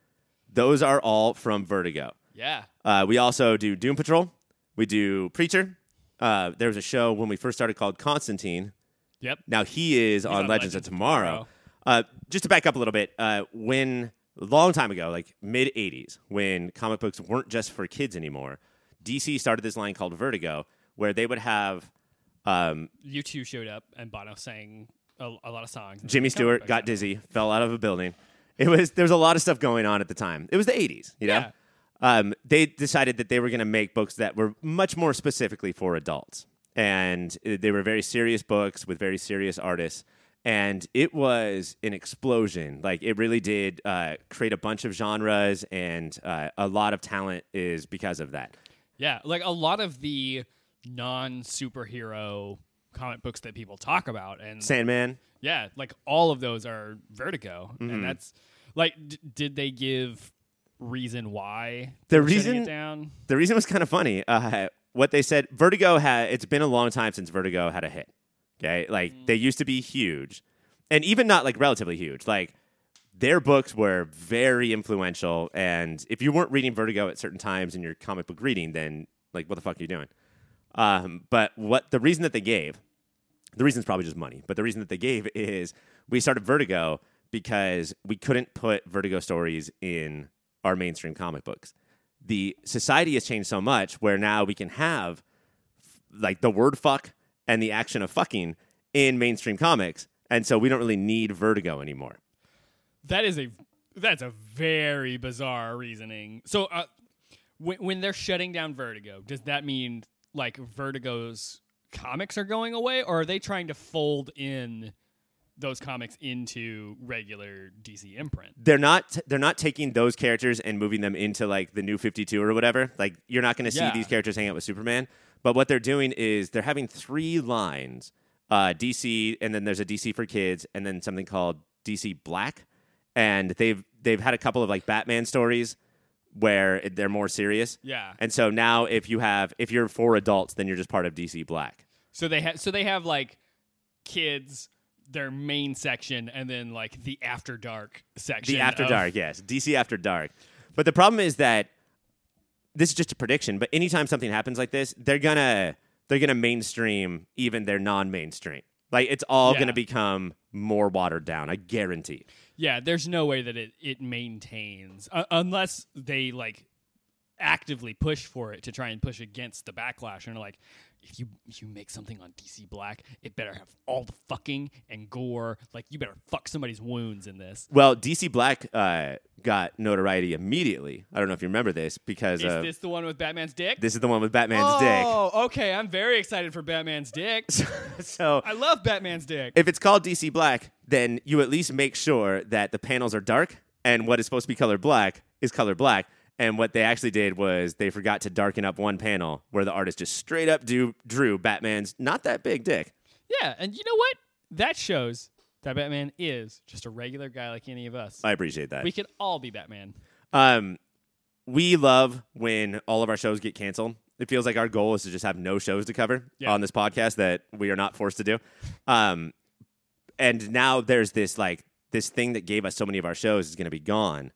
[SPEAKER 2] Those are all from Vertigo.
[SPEAKER 1] Yeah.
[SPEAKER 2] Uh, we also do Doom Patrol. We do Preacher. Uh, there was a show when we first started called Constantine.
[SPEAKER 1] Yep.
[SPEAKER 2] Now he is
[SPEAKER 1] on
[SPEAKER 2] on, Legends, of
[SPEAKER 1] Legends of
[SPEAKER 2] Tomorrow. Uh, just to back up a little bit, uh, when a long time ago, like mid 80s, when comic books weren't just for kids anymore, DC started this line called Vertigo, where they would have um,
[SPEAKER 1] You two showed up and Bono sang a, a lot of songs.
[SPEAKER 2] Jimmy Stewart got dizzy, fell out of a building. It was there was a lot of stuff going on at the time. It was the 80s, you know.
[SPEAKER 1] Yeah.
[SPEAKER 2] Um, they decided that they were going to make books that were much more specifically for adults, and uh, they were very serious books with very serious artists. And it was an explosion. Like it really did uh, create a bunch of genres, and uh, a lot of talent is because of that.
[SPEAKER 1] Yeah, like a lot of the non superhero comic books that people talk about, and
[SPEAKER 2] Sandman,
[SPEAKER 1] yeah, like all of those are Vertigo,
[SPEAKER 2] Mm-hmm.
[SPEAKER 1] and that's like, d- did they give reason why
[SPEAKER 2] The
[SPEAKER 1] they were shutting
[SPEAKER 2] reason-
[SPEAKER 1] it down?
[SPEAKER 2] the reason was kind of funny. Uh, what they said, Vertigo had. It's been a long time since Vertigo had a hit. Okay, like they used to be huge, and even not like relatively huge. Like their books were very influential, and if you weren't reading Vertigo at certain times in your comic book reading, then like what the fuck are you doing? Um, but what the reason that they gave, the reason is probably just money, but the reason that they gave is we started Vertigo because we couldn't put Vertigo stories in our mainstream comic books. The society has changed so much where now we can have like the word fuck and the action of fucking in mainstream comics. And so we don't really need Vertigo anymore.
[SPEAKER 1] That is a that's a very bizarre reasoning. So, uh, when when they're shutting down Vertigo, does that mean like Vertigo's comics are going away, or are they trying to fold in those comics into regular DC imprint?
[SPEAKER 2] They're not they're not taking those characters and moving them into like the new 52 or whatever. Like you're not going to see
[SPEAKER 1] Yeah.
[SPEAKER 2] these characters hang out with Superman, but what they're doing is they're having three lines. Uh, DC and then there's a DC for kids and then something called DC Black and they've they've had a couple of like Batman stories where it- they're more serious.
[SPEAKER 1] Yeah.
[SPEAKER 2] And so now if you have if you're for adults then you're just part of DC Black.
[SPEAKER 1] So they have so they have like kids, their main section, and then like the after dark section.
[SPEAKER 2] The After
[SPEAKER 1] of-
[SPEAKER 2] Dark, yes. DC After Dark. But the problem is that this is just a prediction, but anytime something happens like this, they're gonna they're gonna mainstream even their non-mainstream. Like it's all
[SPEAKER 1] Yeah.
[SPEAKER 2] gonna become more watered down, I guarantee.
[SPEAKER 1] Yeah, there's no way that it it maintains uh, unless they like actively push for it to try and push against the backlash and are like if you if you make something on DC Black, it better have all the fucking and gore. Like you better fuck somebody's wounds in this.
[SPEAKER 2] Well, DC Black uh, got notoriety immediately. I don't know if you remember this because
[SPEAKER 1] Is
[SPEAKER 2] of,
[SPEAKER 1] this the one with Batman's dick?
[SPEAKER 2] this is the one with Batman's
[SPEAKER 1] Oh, okay. I'm very excited for Batman's dick.
[SPEAKER 2] dick. So
[SPEAKER 1] I love Batman's dick.
[SPEAKER 2] if it's called DC Black, then you at least make sure that the panels are dark and what is supposed to be color black is color black. And what they actually did was they forgot to darken up one panel where the artist just straight up do, drew Batman's not that big dick.
[SPEAKER 1] Yeah, and you know what? That shows that Batman is just a regular guy like any of us.
[SPEAKER 2] I appreciate that.
[SPEAKER 1] we could all be Batman.
[SPEAKER 2] Um, we love when all of our shows get canceled. It feels like our goal is to just have no shows to cover
[SPEAKER 1] Yeah.
[SPEAKER 2] on this podcast that we are not forced to do. Um, and now there's this like this thing that gave us so many of our shows is going to be gone.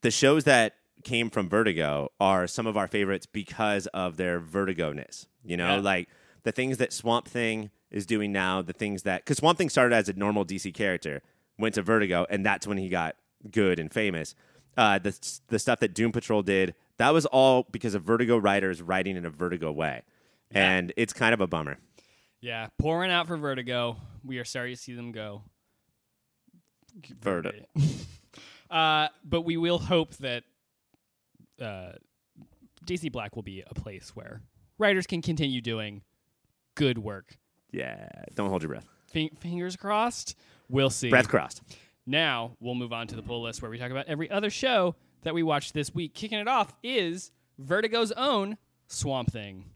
[SPEAKER 2] The shows that came from Vertigo are some of our favorites because of their Vertigo ness. You know,
[SPEAKER 1] Yeah.
[SPEAKER 2] like the things that Swamp Thing is doing now, the things that because Swamp Thing started as a normal DC character, went to Vertigo, and that's when he got good and famous. uh, the s- the stuff that Doom Patrol did, that was all because of Vertigo writers writing in a Vertigo way, and it's kind of a bummer.
[SPEAKER 1] Yeah, pouring out for Vertigo. We are sorry to see them go.
[SPEAKER 2] Vertigo.
[SPEAKER 1] uh, but we will hope that uh, DC Black will be a place where writers can continue doing good work.
[SPEAKER 2] Yeah, don't hold your breath.
[SPEAKER 1] Fing- fingers crossed. We'll see.
[SPEAKER 2] Breath crossed.
[SPEAKER 1] Now we'll move on to the pull list where we talk about every other show that we watched this week. Kicking it off is Vertigo's own Swamp Thing.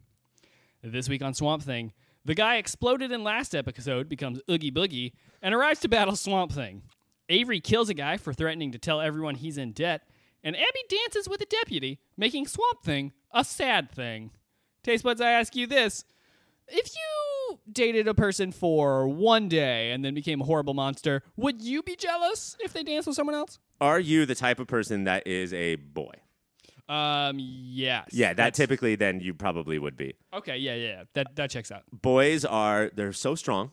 [SPEAKER 1] This week on Swamp Thing, the guy exploded in last episode becomes Oogie Boogie and arrives to battle Swamp Thing. Avery kills a guy for threatening to tell everyone he's in debt, and Abby dances with a deputy, making Swamp Thing a sad thing. Taste buds, I ask you this if you dated a person for one day and then became a horrible monster, would you be jealous if they danced with someone else?
[SPEAKER 2] Are you the type of person that is a boy?
[SPEAKER 1] Um, yes.
[SPEAKER 2] Yeah, that
[SPEAKER 1] That's-
[SPEAKER 2] typically then you probably would be.
[SPEAKER 1] Okay, yeah, yeah, yeah. That that checks out.
[SPEAKER 2] Boys are they're so strong.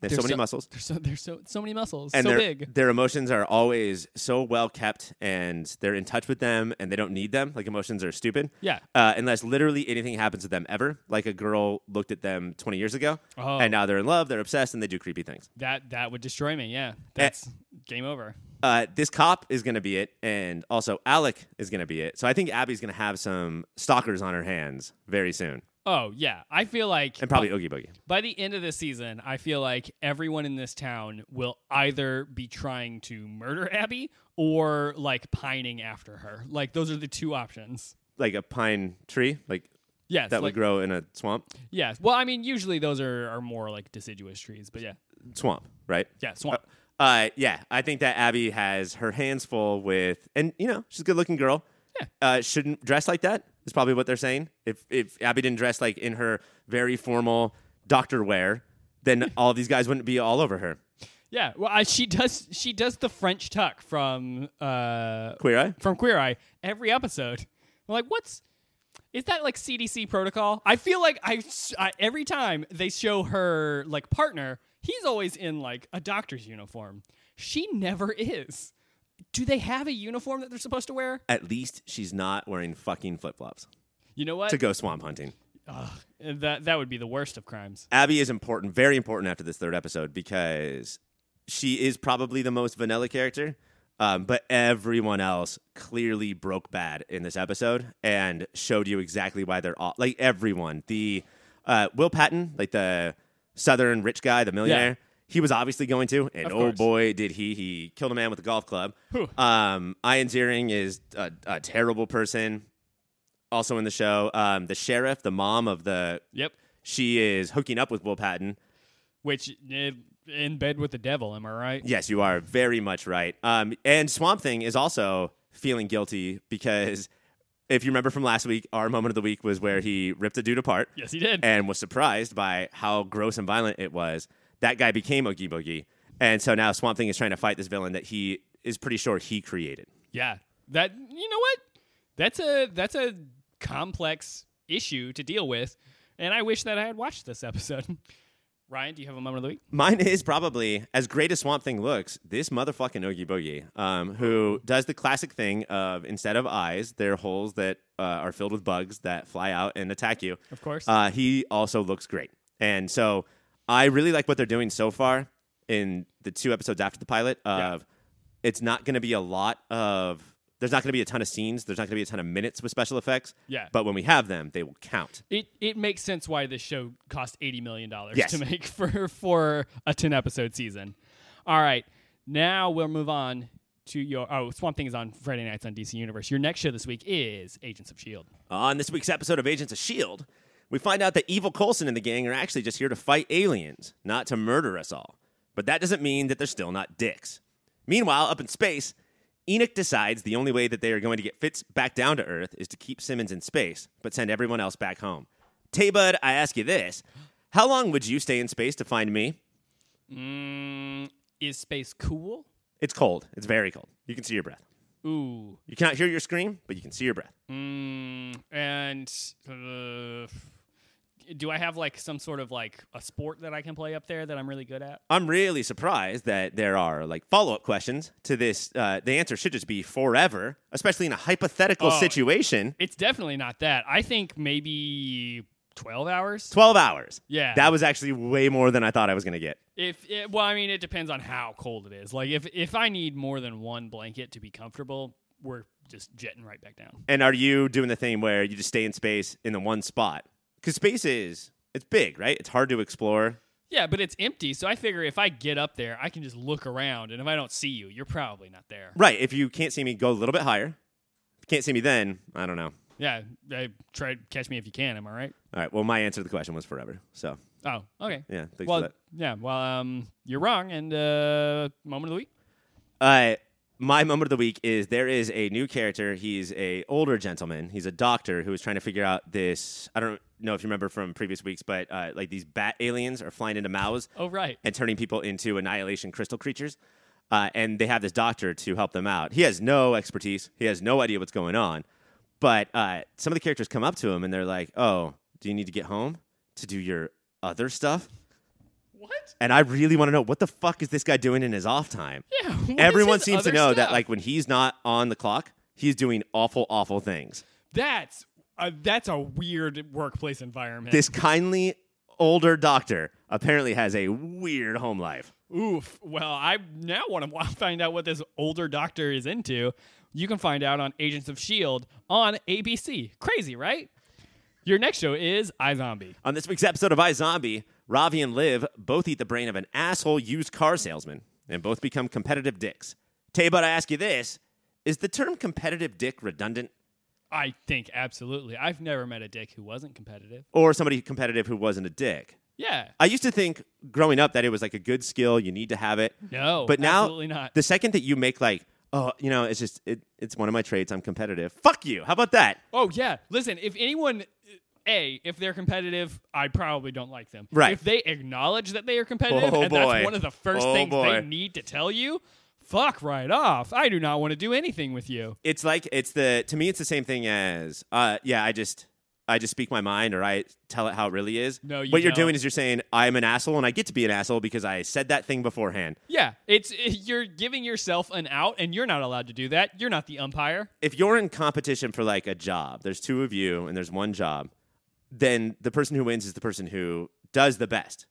[SPEAKER 2] They have so
[SPEAKER 1] There's
[SPEAKER 2] many muscles.
[SPEAKER 1] There's so there's so so many muscles.
[SPEAKER 2] and
[SPEAKER 1] so
[SPEAKER 2] their,
[SPEAKER 1] big.
[SPEAKER 2] their emotions are always so well kept and they're in touch with them and they don't need them like emotions are stupid
[SPEAKER 1] Yeah.
[SPEAKER 2] uh, unless literally anything happens to them ever like a girl looked at them 20 years ago
[SPEAKER 1] Oh.
[SPEAKER 2] and now they're in love they're obsessed and they do creepy things
[SPEAKER 1] That that would destroy me.
[SPEAKER 2] Eh.
[SPEAKER 1] Yeah. That's game over.
[SPEAKER 2] uh, this cop is going to be it and also alec is going to be it so i think abby's going to have some stalkers on her hands very soon
[SPEAKER 1] Oh yeah, I feel like
[SPEAKER 2] and probably oogie boogie
[SPEAKER 1] by the end of this season, I feel like everyone in this town will either be trying to murder Abby or like pining after her. Like those are the two options.
[SPEAKER 2] like a pine tree like
[SPEAKER 1] Yes,
[SPEAKER 2] that
[SPEAKER 1] like,
[SPEAKER 2] would grow in a swamp
[SPEAKER 1] Yes. Well, I mean, usually those are, are more like deciduous trees, but yeah,
[SPEAKER 2] swamp right
[SPEAKER 1] yeah, swamp.
[SPEAKER 2] Uh, yeah, I think that Abby has her hands full with, and you know, she's a good-looking girl.
[SPEAKER 1] Yeah.
[SPEAKER 2] Uh, shouldn't dress like that is probably what they're saying. If if Abby didn't dress like in her very formal doctor wear, then all these guys wouldn't be all over her.
[SPEAKER 1] yeah. Well, I, she does she does the French tuck from uh
[SPEAKER 2] Queer eye.
[SPEAKER 1] from Queer Eye every episode. I'm like, what's is that like CDC protocol? I feel like I, s- I- every time they show her like partner, he's always in like a doctor's uniform. She never is. Do they have a uniform that they're supposed to wear?
[SPEAKER 2] At least she's not wearing fucking flip-flops
[SPEAKER 1] You know what?
[SPEAKER 2] to go swamp hunting.
[SPEAKER 1] That that would be the worst of crimes.
[SPEAKER 2] Abby is important, very important after this third episode because she is probably the most vanilla character. Um, but everyone else clearly broke bad in this episode and showed you exactly why they're all like everyone. The uh, Will Patton, like the southern rich guy, the millionaire, he was obviously going to, and
[SPEAKER 1] Of
[SPEAKER 2] oh
[SPEAKER 1] course.
[SPEAKER 2] boy, did he! He killed a man with a golf club. Um, Ian Ziering is a, a terrible person, also in the show. Um, the sheriff, the mom of the
[SPEAKER 1] Yep.
[SPEAKER 2] she is hooking up with Will Patton.
[SPEAKER 1] Which eh, in bed with the devil, am I right?
[SPEAKER 2] Yes, you are very much right. Um, and Swamp Thing is also feeling guilty because if you remember from last week, our moment of the week was where he ripped a dude apart
[SPEAKER 1] Yes, he did.
[SPEAKER 2] and was surprised by how gross and violent it was. That guy became Oogie Boogie. And so now Swamp Thing is trying to fight this villain that he is pretty sure he created.
[SPEAKER 1] Yeah. That you know what? That's a that's a complex issue to deal with, and I wish that I had watched this episode. Ryan, do you have a moment of the week?
[SPEAKER 2] Mine is probably as great as Swamp Thing looks. This motherfucking Oogie Boogie, um, who does the classic thing of instead of eyes, they're holes that uh, are filled with bugs that fly out and attack you.
[SPEAKER 1] Of course.
[SPEAKER 2] Uh, he also looks great, and so I really like what they're doing so far in the two episodes after the pilot. Of it's not going to be a lot of. There's not going to be a ton of scenes. There's not going to be a ton of minutes with special effects.
[SPEAKER 1] Yeah.
[SPEAKER 2] But when we have them, they will count.
[SPEAKER 1] It it makes sense why this show cost eighty million dollars
[SPEAKER 2] Yes.
[SPEAKER 1] to make for for a ten episode season. All right, now we'll move on to your oh Swamp Thing is on Friday nights on DC Universe. Your next show this week is Agents of Shield.
[SPEAKER 2] Uh, On this week's episode of Agents of S.H.I.E.L.D., E we find out that Evil Coulson and the gang are actually just here to fight aliens, not to murder us all. But that doesn't mean that they're still not dicks. Meanwhile, up in space, Enoch decides the only way that they are going to get Fitz back down to Earth is to keep Simmons in space, but send everyone else back home. Tay Bud, I ask you this How long would you stay in space to find me?
[SPEAKER 1] Mm, is space cool?
[SPEAKER 2] It's cold. It's very cold. You can see your breath.
[SPEAKER 1] Ooh,
[SPEAKER 2] You cannot hear your scream, but you can see your breath.
[SPEAKER 1] Mm, and uh, do I have like some sort of like a sport that I can play up there that I'm really good at?
[SPEAKER 2] I'm really surprised that there are like follow up questions to this. Uh, the answer should just be forever, especially in a hypothetical
[SPEAKER 1] Oh.
[SPEAKER 2] situation.
[SPEAKER 1] It's definitely not that. I think maybe 12 hours.
[SPEAKER 2] 12 hours.
[SPEAKER 1] Yeah.
[SPEAKER 2] That was actually way more than I thought I was going to get.
[SPEAKER 1] If it, well, I mean, it depends on how cold it is. Like if if I need more than one blanket to be comfortable, we're just jetting right back down.
[SPEAKER 2] And are you doing the thing where you just stay in space in the one spot? Because space is, it's big, right? It's hard to explore.
[SPEAKER 1] Yeah, but it's empty, so I figure if I get up there, I can just look around, and if I don't see you, you're probably not there.
[SPEAKER 2] Right. If you can't see me, go a little bit higher. If you can't see me then, I don't know.
[SPEAKER 1] Yeah, I, try to catch me if you can. Am I right?
[SPEAKER 2] All right. Well, my answer to the question was forever. So,
[SPEAKER 1] Oh, okay.
[SPEAKER 2] yeah. Thanks
[SPEAKER 1] well,
[SPEAKER 2] for that.
[SPEAKER 1] yeah. Well, um, you're wrong. And uh, moment of the week.
[SPEAKER 2] Uh, my moment of the week is there is a new character. He's a older gentleman. He's a doctor who is trying to figure out this. I don't know if you remember from previous weeks, but uh, like these bat aliens are flying into Mao's
[SPEAKER 1] Oh, right.
[SPEAKER 2] and turning people into annihilation crystal creatures. Uh, and they have this doctor to help them out. He has no expertise. He has no idea what's going on. But uh, some of the characters come up to him and they're like, "Oh, do you need to get home to do your other stuff?"
[SPEAKER 1] What?
[SPEAKER 2] And I really want to know what the fuck is this guy doing in his off time?
[SPEAKER 1] Yeah. what is
[SPEAKER 2] Everyone
[SPEAKER 1] his
[SPEAKER 2] seems to
[SPEAKER 1] other
[SPEAKER 2] know that
[SPEAKER 1] stuff?
[SPEAKER 2] like when he's not on the clock, he's doing awful, awful things.
[SPEAKER 1] that's uh, that's a weird workplace environment.
[SPEAKER 2] This kindly older doctor apparently has a weird home life.
[SPEAKER 1] Oof. Well, I now want to find out what this older doctor is into. You can find out on Agents of S.H.I.E.L.D. E on ABC. Crazy, right? Your next show is iZombie.
[SPEAKER 2] On this week's episode of iZombie, Ravi and Liv both eat the brain of an asshole used car salesman and both become competitive dicks. Tay, but I ask you this is the term competitive dick redundant?
[SPEAKER 1] I think absolutely. I've never met a dick who wasn't competitive.
[SPEAKER 2] Or somebody competitive who wasn't a dick?
[SPEAKER 1] Yeah.
[SPEAKER 2] I used to think growing up that it was like a good skill, you need to have it.
[SPEAKER 1] No.
[SPEAKER 2] but now
[SPEAKER 1] absolutely not.
[SPEAKER 2] the second that you make like oh you know it's just it, it's one of my traits i'm competitive fuck you how about that
[SPEAKER 1] Oh yeah. Listen, if anyone a if they're competitive, I probably don't like them.
[SPEAKER 2] Right.
[SPEAKER 1] If they acknowledge that they are competitive,
[SPEAKER 2] Oh,
[SPEAKER 1] and
[SPEAKER 2] boy.
[SPEAKER 1] that's one of the first
[SPEAKER 2] Oh,
[SPEAKER 1] things
[SPEAKER 2] boy.
[SPEAKER 1] they need to tell you, fuck right off. I do not want to do anything with you.
[SPEAKER 2] it's like it's the to me it's the same thing as uh yeah i just i just speak my mind or i tell it how it really is
[SPEAKER 1] No, you
[SPEAKER 2] what you're
[SPEAKER 1] don't.
[SPEAKER 2] doing is you're saying i'm an asshole and i get to be an asshole because i said that thing beforehand
[SPEAKER 1] Yeah, it's you're giving yourself an out, and you're not allowed to do that. You're not the umpire.
[SPEAKER 2] if you're in competition for like a job there's two of you and there's one job then the person who wins is the person who does the best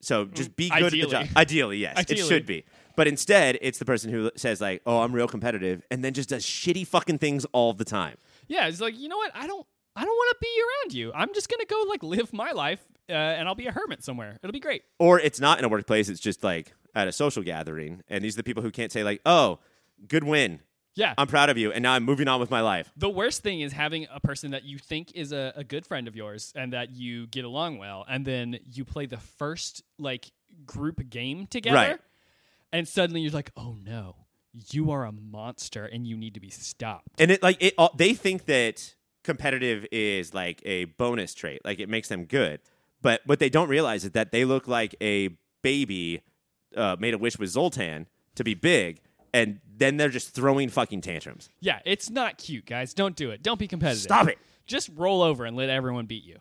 [SPEAKER 2] so just be good
[SPEAKER 1] Ideally.
[SPEAKER 2] at the job ideally yes it
[SPEAKER 1] Ideally.
[SPEAKER 2] should be but instead it's the person who says like oh i'm real competitive and then just does shitty fucking things all the time
[SPEAKER 1] Yeah, it's like you know what? I don't, I don't want to be around you. I'm just gonna go like live my life, uh, and I'll be a hermit somewhere. It'll be great.
[SPEAKER 2] or it's not in a workplace it's just like at a social gathering and these are the people who can't say like oh good win
[SPEAKER 1] Yeah.
[SPEAKER 2] i'm proud of you and now i'm moving on with my life
[SPEAKER 1] the worst thing is having a person that you think is a, a good friend of yours and that you get along well, and then you play the first like group game together,
[SPEAKER 2] Right.
[SPEAKER 1] and suddenly you're like, oh no, you are a monster, and you need to be stopped.
[SPEAKER 2] and it like it all, they think that competitive is like a bonus trait like it makes them good but what they don't realize is that they look like a baby uh, made a wish with zoltan to be big and then they're just throwing fucking tantrums
[SPEAKER 1] Yeah, it's not cute, guys. Don't do it. Don't be competitive.
[SPEAKER 2] Stop it.
[SPEAKER 1] Just roll over and let everyone beat you.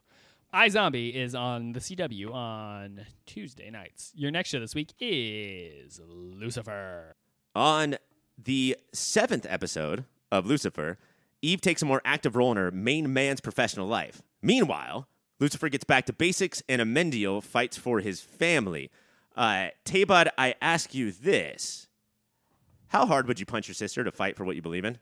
[SPEAKER 1] iZombie is on the CW on Tuesday nights. Your next show this week is Lucifer.
[SPEAKER 2] on the seventh episode of lucifer eve takes a more active role in her main man's professional life meanwhile lucifer gets back to basics and amendiel fights for his family uh, tabod i ask you this How hard would you punch your sister to fight for what you believe in?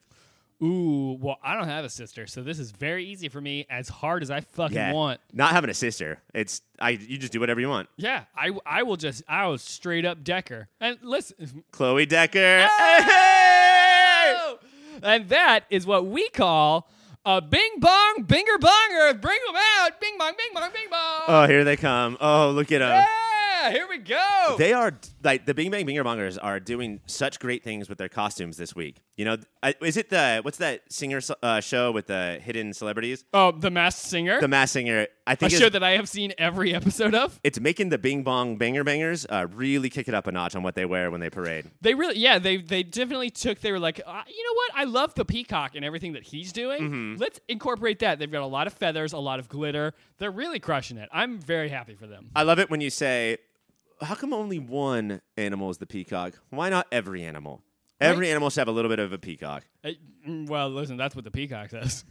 [SPEAKER 1] Ooh, well, I don't have a sister, so this is very easy for me, as hard as I fucking want.
[SPEAKER 2] Not having a sister. It's I you just do whatever you want.
[SPEAKER 1] Yeah, I, I will just, I will straight up deck her. And listen,
[SPEAKER 2] Chloe Decker.
[SPEAKER 1] Ah!
[SPEAKER 2] Hey!
[SPEAKER 1] Oh! And that is what we call a bing bong binger bonger. Bring them out. Bing bong, bing bong, bing bong.
[SPEAKER 2] Oh, here they come. Oh, look at them.
[SPEAKER 1] yeah, here we go.
[SPEAKER 2] They are like the Bing Bang Binger Bongers are doing such great things with their costumes this week. You know, I, is it the what's that singer uh, show with the hidden celebrities?
[SPEAKER 1] oh, the masked singer.
[SPEAKER 2] The Mass Singer. I
[SPEAKER 1] a
[SPEAKER 2] think
[SPEAKER 1] show
[SPEAKER 2] it's,
[SPEAKER 1] that I have seen every episode of.
[SPEAKER 2] it's making the Bing Bong Banger Bangers uh, really kick it up a notch on what they wear when they parade.
[SPEAKER 1] They really, yeah, they they definitely took. They were like, uh, you know what? I love the peacock and everything that he's doing. Let's incorporate that. They've got a lot of feathers, a lot of glitter. They're really crushing it. I'm very happy for them.
[SPEAKER 2] I love it when you say, "How come only one animal is the peacock? Why not every animal? Every animal should have a little bit of a peacock."
[SPEAKER 1] Uh, mm, well, listen, that's what the peacock says.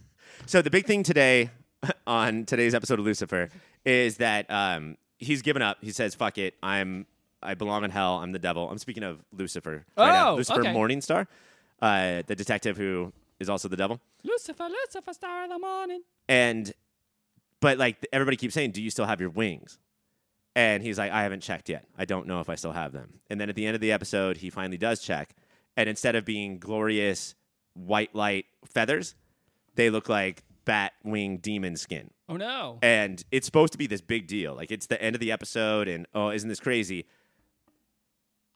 [SPEAKER 2] So the big thing today on today's episode of Lucifer is that um, he's given up. He says, "Fuck it, I'm I belong in hell. I'm the devil." I'm speaking of Lucifer. right now.
[SPEAKER 1] Oh,
[SPEAKER 2] Lucifer
[SPEAKER 1] okay.
[SPEAKER 2] Morningstar, uh, the detective who is also the devil.
[SPEAKER 1] Lucifer, Lucifer, star of the morning.
[SPEAKER 2] And but like everybody keeps saying, "Do you still have your wings?" And he's like, "I haven't checked yet. I don't know if I still have them." And then at the end of the episode, he finally does check, and instead of being glorious white light feathers, they look like bat wing demon skin.
[SPEAKER 1] Oh no!
[SPEAKER 2] And it's supposed to be this big deal. Like it's the end of the episode, and oh, isn't this crazy?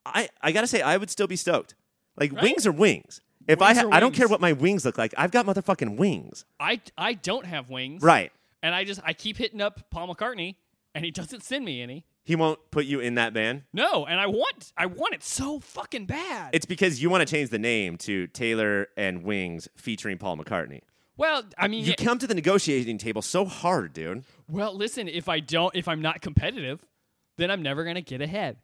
[SPEAKER 2] I I gotta say, I would still be stoked. Like
[SPEAKER 1] Right?
[SPEAKER 2] wings are wings. If
[SPEAKER 1] Wings
[SPEAKER 2] I ha-
[SPEAKER 1] are
[SPEAKER 2] I don't care
[SPEAKER 1] wings.
[SPEAKER 2] what my wings look like, I've got motherfucking wings.
[SPEAKER 1] I I don't have wings.
[SPEAKER 2] Right.
[SPEAKER 1] And I just I keep hitting up Paul McCartney, and he doesn't send me any.
[SPEAKER 2] He won't put you in that band.
[SPEAKER 1] No, and I want I want it so fucking bad.
[SPEAKER 2] It's because you want to change the name to Taylor and Wings featuring Paul McCartney.
[SPEAKER 1] well, I mean,
[SPEAKER 2] You
[SPEAKER 1] yeah,
[SPEAKER 2] come to the negotiating table so hard, dude.
[SPEAKER 1] well, listen, if I don't, if I'm not competitive, then I'm never gonna get ahead.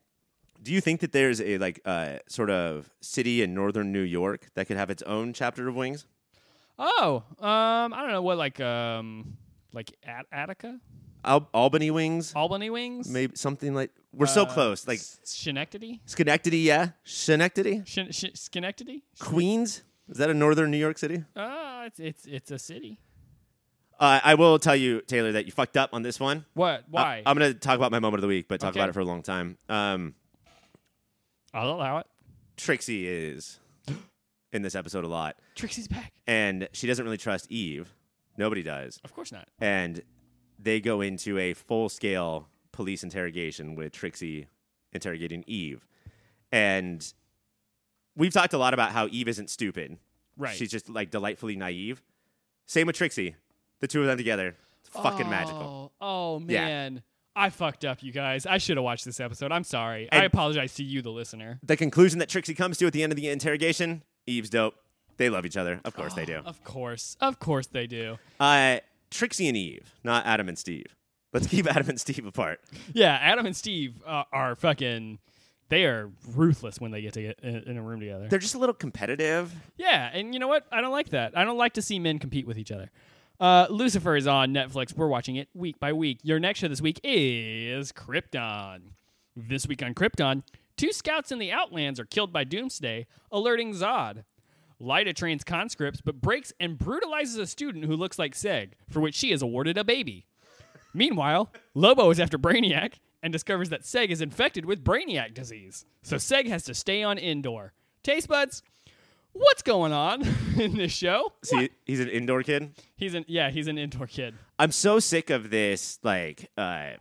[SPEAKER 2] Do you think that there's a like uh, sort of city in northern New York that could have its own chapter of Wings?
[SPEAKER 1] Oh, um, I don't know what like um like At- Attica,
[SPEAKER 2] Al- Albany Wings,
[SPEAKER 1] Albany wings,
[SPEAKER 2] maybe something like. We're so
[SPEAKER 1] Uh,
[SPEAKER 2] close. Like
[SPEAKER 1] S- Schenectady,
[SPEAKER 2] Schenectady, yeah, Schenectady,
[SPEAKER 1] Shen- Sh- Schenectady.
[SPEAKER 2] Queens. Is that a northern New York City?
[SPEAKER 1] Uh, it's it's it's a city.
[SPEAKER 2] Uh, I will tell you, Taylor, that you fucked up on this one.
[SPEAKER 1] What? Why?
[SPEAKER 2] I- am going to talk about my moment of the week, but talk
[SPEAKER 1] Okay.
[SPEAKER 2] about it for a long time. Um,
[SPEAKER 1] I'll allow it.
[SPEAKER 2] Trixie is in this episode a lot,
[SPEAKER 1] Trixie's back.
[SPEAKER 2] and she doesn't really trust Eve. Nobody does.
[SPEAKER 1] Of course not.
[SPEAKER 2] And they go into a full scale police interrogation with Trixie interrogating Eve. And we've talked a lot about how Eve isn't stupid.
[SPEAKER 1] Right.
[SPEAKER 2] She's just like delightfully naive. Same with Trixie. The two of them together. It's fucking magical.
[SPEAKER 1] Oh, oh
[SPEAKER 2] Yeah.
[SPEAKER 1] man. I fucked up, you guys. I should have watched this episode. I'm sorry.
[SPEAKER 2] And-
[SPEAKER 1] I apologize to you, the listener.
[SPEAKER 2] The conclusion that Trixie comes to at the end of the interrogation Eve's dope. They love each other. Of course they do.
[SPEAKER 1] Oh, Of course. Of course they do.
[SPEAKER 2] Uh, Trixie and Eve, not Adam and Steve. Let's keep Adam and Steve apart.
[SPEAKER 1] Yeah, Adam and Steve uh, are fucking. They are ruthless when they get to get in, in a room together.
[SPEAKER 2] They're just a little competitive.
[SPEAKER 1] yeah, and you know what? I don't like that. I don't like to see men compete with each other. Uh, Lucifer is on Netflix. We're watching it week by week. Your next show this week is Krypton. This week on Krypton, two scouts in the Outlands are killed by Doomsday, alerting Zod. Lyta trains conscripts, but breaks and brutalizes a student who looks like Seg, for which she is awarded a baby. Meanwhile, Lobo is after Brainiac and discovers that Seg is infected with Brainiac disease. So Seg has to stay on indoor. Taste buds, what's going on in this show?
[SPEAKER 2] See, he's an indoor kid.
[SPEAKER 1] He's an yeah, he's an indoor kid.
[SPEAKER 2] I'm so sick of this, like, uh,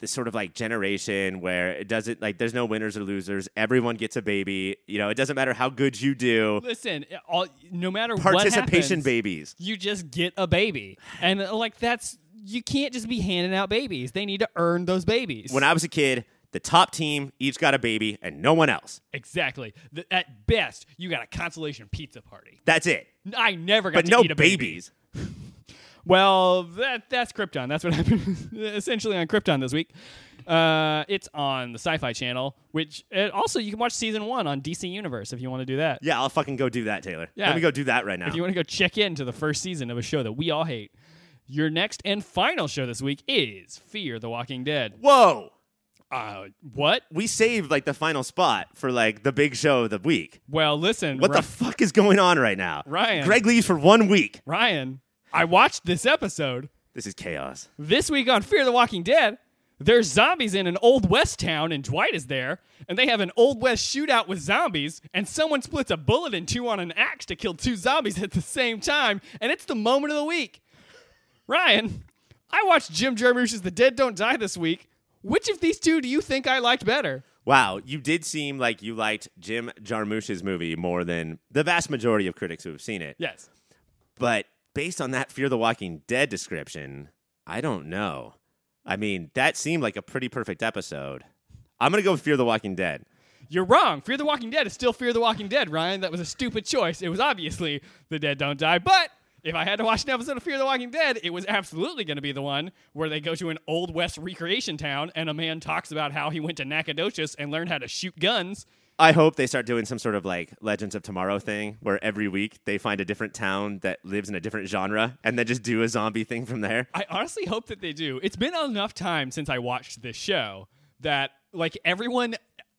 [SPEAKER 2] this sort of like generation where it doesn't like there's no winners or losers. Everyone gets a baby. You know, it doesn't matter how good you do.
[SPEAKER 1] Listen, all no matter what
[SPEAKER 2] Participation
[SPEAKER 1] happens,
[SPEAKER 2] babies.
[SPEAKER 1] you just get a baby, and uh, like that's you can't just be handing out babies. They need to earn those babies.
[SPEAKER 2] When I was a kid, the top team each got a baby and no one else.
[SPEAKER 1] exactly Th- at best, you got a consolation pizza party.
[SPEAKER 2] That's it.
[SPEAKER 1] I never got
[SPEAKER 2] But
[SPEAKER 1] to
[SPEAKER 2] no
[SPEAKER 1] eat a baby.
[SPEAKER 2] babies.
[SPEAKER 1] Well, that that's Krypton. That's what happened essentially on Krypton this week. Uh, it's on the Sci-Fi Channel, which uh also you can watch season one on DC Universe if you want to do that.
[SPEAKER 2] Yeah, I'll fucking go do that, Taylor.
[SPEAKER 1] Yeah.
[SPEAKER 2] Let me go do that right now.
[SPEAKER 1] If you want to go check in to the first season of a show that we all hate, your next and final show this week is Fear the Walking Dead.
[SPEAKER 2] Whoa.
[SPEAKER 1] Uh, what?
[SPEAKER 2] we saved like the final spot for like the big show of the week.
[SPEAKER 1] Well, listen,
[SPEAKER 2] What
[SPEAKER 1] Ri-
[SPEAKER 2] the fuck is going on right now?
[SPEAKER 1] Ryan.
[SPEAKER 2] Greg leaves for one week.
[SPEAKER 1] Ryan, I watched this episode
[SPEAKER 2] This is chaos.
[SPEAKER 1] this week on Fear the Walking Dead. There's zombies in an old west town, and Dwight is there, and they have an old west shootout with zombies, and someone splits a bullet in two on an axe to kill two zombies at the same time, and it's the moment of the week. Ryan, I watched Jim Jarmusch's The Dead Don't Die this week. Which of these two do you think I liked better?
[SPEAKER 2] Wow, you did seem like you liked Jim Jarmusch's movie more than the vast majority of critics who have seen it.
[SPEAKER 1] Yes.
[SPEAKER 2] But based on that Fear the Walking Dead description, I don't know. I mean, that seemed like a pretty perfect episode. I'm gonna go with Fear the Walking Dead.
[SPEAKER 1] You're wrong. Fear the Walking Dead is still Fear the Walking Dead, Ryan. That was a stupid choice. It was obviously The Dead Don't Die, but if I had to watch an episode of Fear the Walking Dead, it was absolutely going to be the one where they go to an Old West recreation town and a man talks about how he went to Nacogdoches and learned how to shoot guns.
[SPEAKER 2] I hope they start doing some sort of like Legends of Tomorrow thing where every week they find a different town that lives in a different genre and then just do a zombie thing from there.
[SPEAKER 1] I honestly hope that they do. It's been enough time since I watched this show that like everyone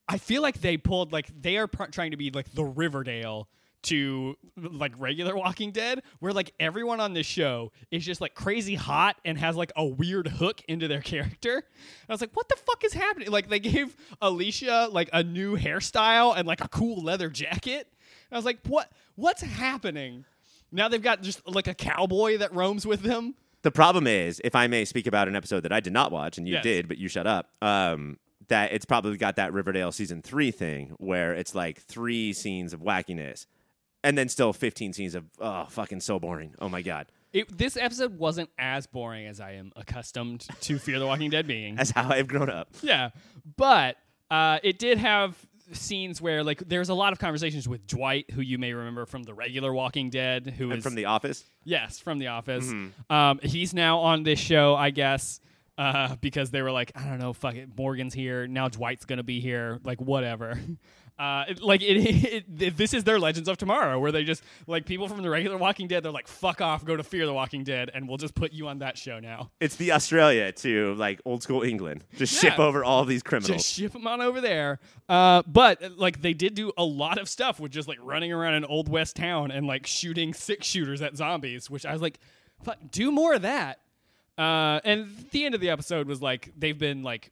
[SPEAKER 1] I feel like they pulled like they are pr- trying to be like the Riverdale to like regular Walking Dead where like everyone on this show is just like crazy hot and has like a weird hook into their character. And I was like what the fuck is happening? Like they gave Alicia like a new hairstyle and like a cool leather jacket. And I was like what what's happening? Now they've got just like a cowboy that roams with them.
[SPEAKER 2] The problem is, if I may speak about an episode that I did not watch and you
[SPEAKER 1] Yes.
[SPEAKER 2] did, but you shut up, um, that it's probably got that Riverdale season three thing where it's like three scenes of wackiness and then still 15 scenes of, oh, fucking so boring. Oh my God.
[SPEAKER 1] It, this episode wasn't as boring as I am accustomed to Fear the Walking Dead being.
[SPEAKER 2] That's how I've grown up.
[SPEAKER 1] yeah, but uh, it did have scenes where like there's a lot of conversations with Dwight, who you may remember from the regular Walking Dead, who
[SPEAKER 2] And
[SPEAKER 1] is
[SPEAKER 2] from The Office.
[SPEAKER 1] yes from The Office. Um, he's now on this show, I guess. Uh, because they were like, I don't know, fuck it, Morgan's here now. Dwight's gonna be here, like whatever. Uh, it- like it, it, it, this is their Legends of Tomorrow, where they just like people from the regular Walking Dead, they're like, fuck off, go to Fear the Walking Dead, and we'll just put you on that show now.
[SPEAKER 2] It's the Australia to like old school England. Just ship
[SPEAKER 1] Yeah.
[SPEAKER 2] over all these criminals.
[SPEAKER 1] Just ship them on over there. Uh, but uh, like they did do a lot of stuff with just like running around an old west town and like shooting six shooters at zombies, which I was like, fuck, do more of that. Uh, and the end of the episode was like they've been like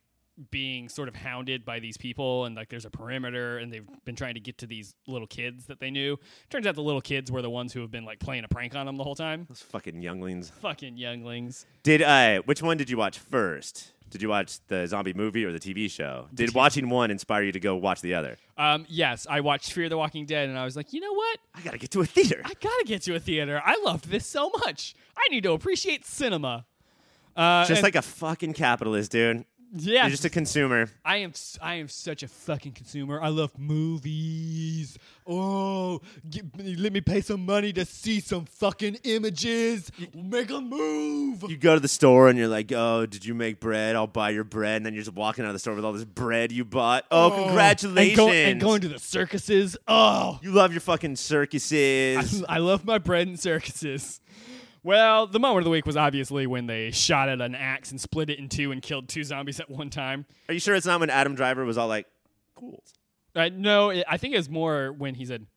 [SPEAKER 1] being sort of hounded by these people and like there's a perimeter and they've been trying to get to these little kids that they knew. Turns out the little kids were the ones who have been like playing a prank on them the whole time.
[SPEAKER 2] Those fucking younglings.
[SPEAKER 1] Fucking younglings.
[SPEAKER 2] Did uh, which one did you watch first? Did you watch the zombie movie or the TV show? Did
[SPEAKER 1] T-
[SPEAKER 2] watching one inspire you to go watch the other?
[SPEAKER 1] Um, yes, I watched Fear the Walking Dead and I was like, you know what?
[SPEAKER 2] I gotta get to a theater.
[SPEAKER 1] I gotta get to a theater. I loved this so much. I need to appreciate cinema. Uh,
[SPEAKER 2] just
[SPEAKER 1] and-
[SPEAKER 2] like a fucking capitalist, dude.
[SPEAKER 1] yeah,
[SPEAKER 2] You're just a consumer.
[SPEAKER 1] I am s- I am such a fucking consumer. I love movies. Oh, gi- let me pay some money to see some fucking images. Make a move.
[SPEAKER 2] You go to the store and you're like, "Oh, did you make bread? I'll buy your bread." And then you're just walking out of the store with all this bread you bought. Oh,
[SPEAKER 1] Oh, And,
[SPEAKER 2] congratulations!
[SPEAKER 1] go- and going to the circuses. Oh,
[SPEAKER 2] you love your fucking circuses.
[SPEAKER 1] I, I love my bread and circuses. Well, the moment of the week was obviously when they shot at an axe and split it in two and killed two zombies at one time.
[SPEAKER 2] Are you sure it's not when Adam Driver was all like, "Cool"?
[SPEAKER 1] Uh, no, it, I think it's more when he said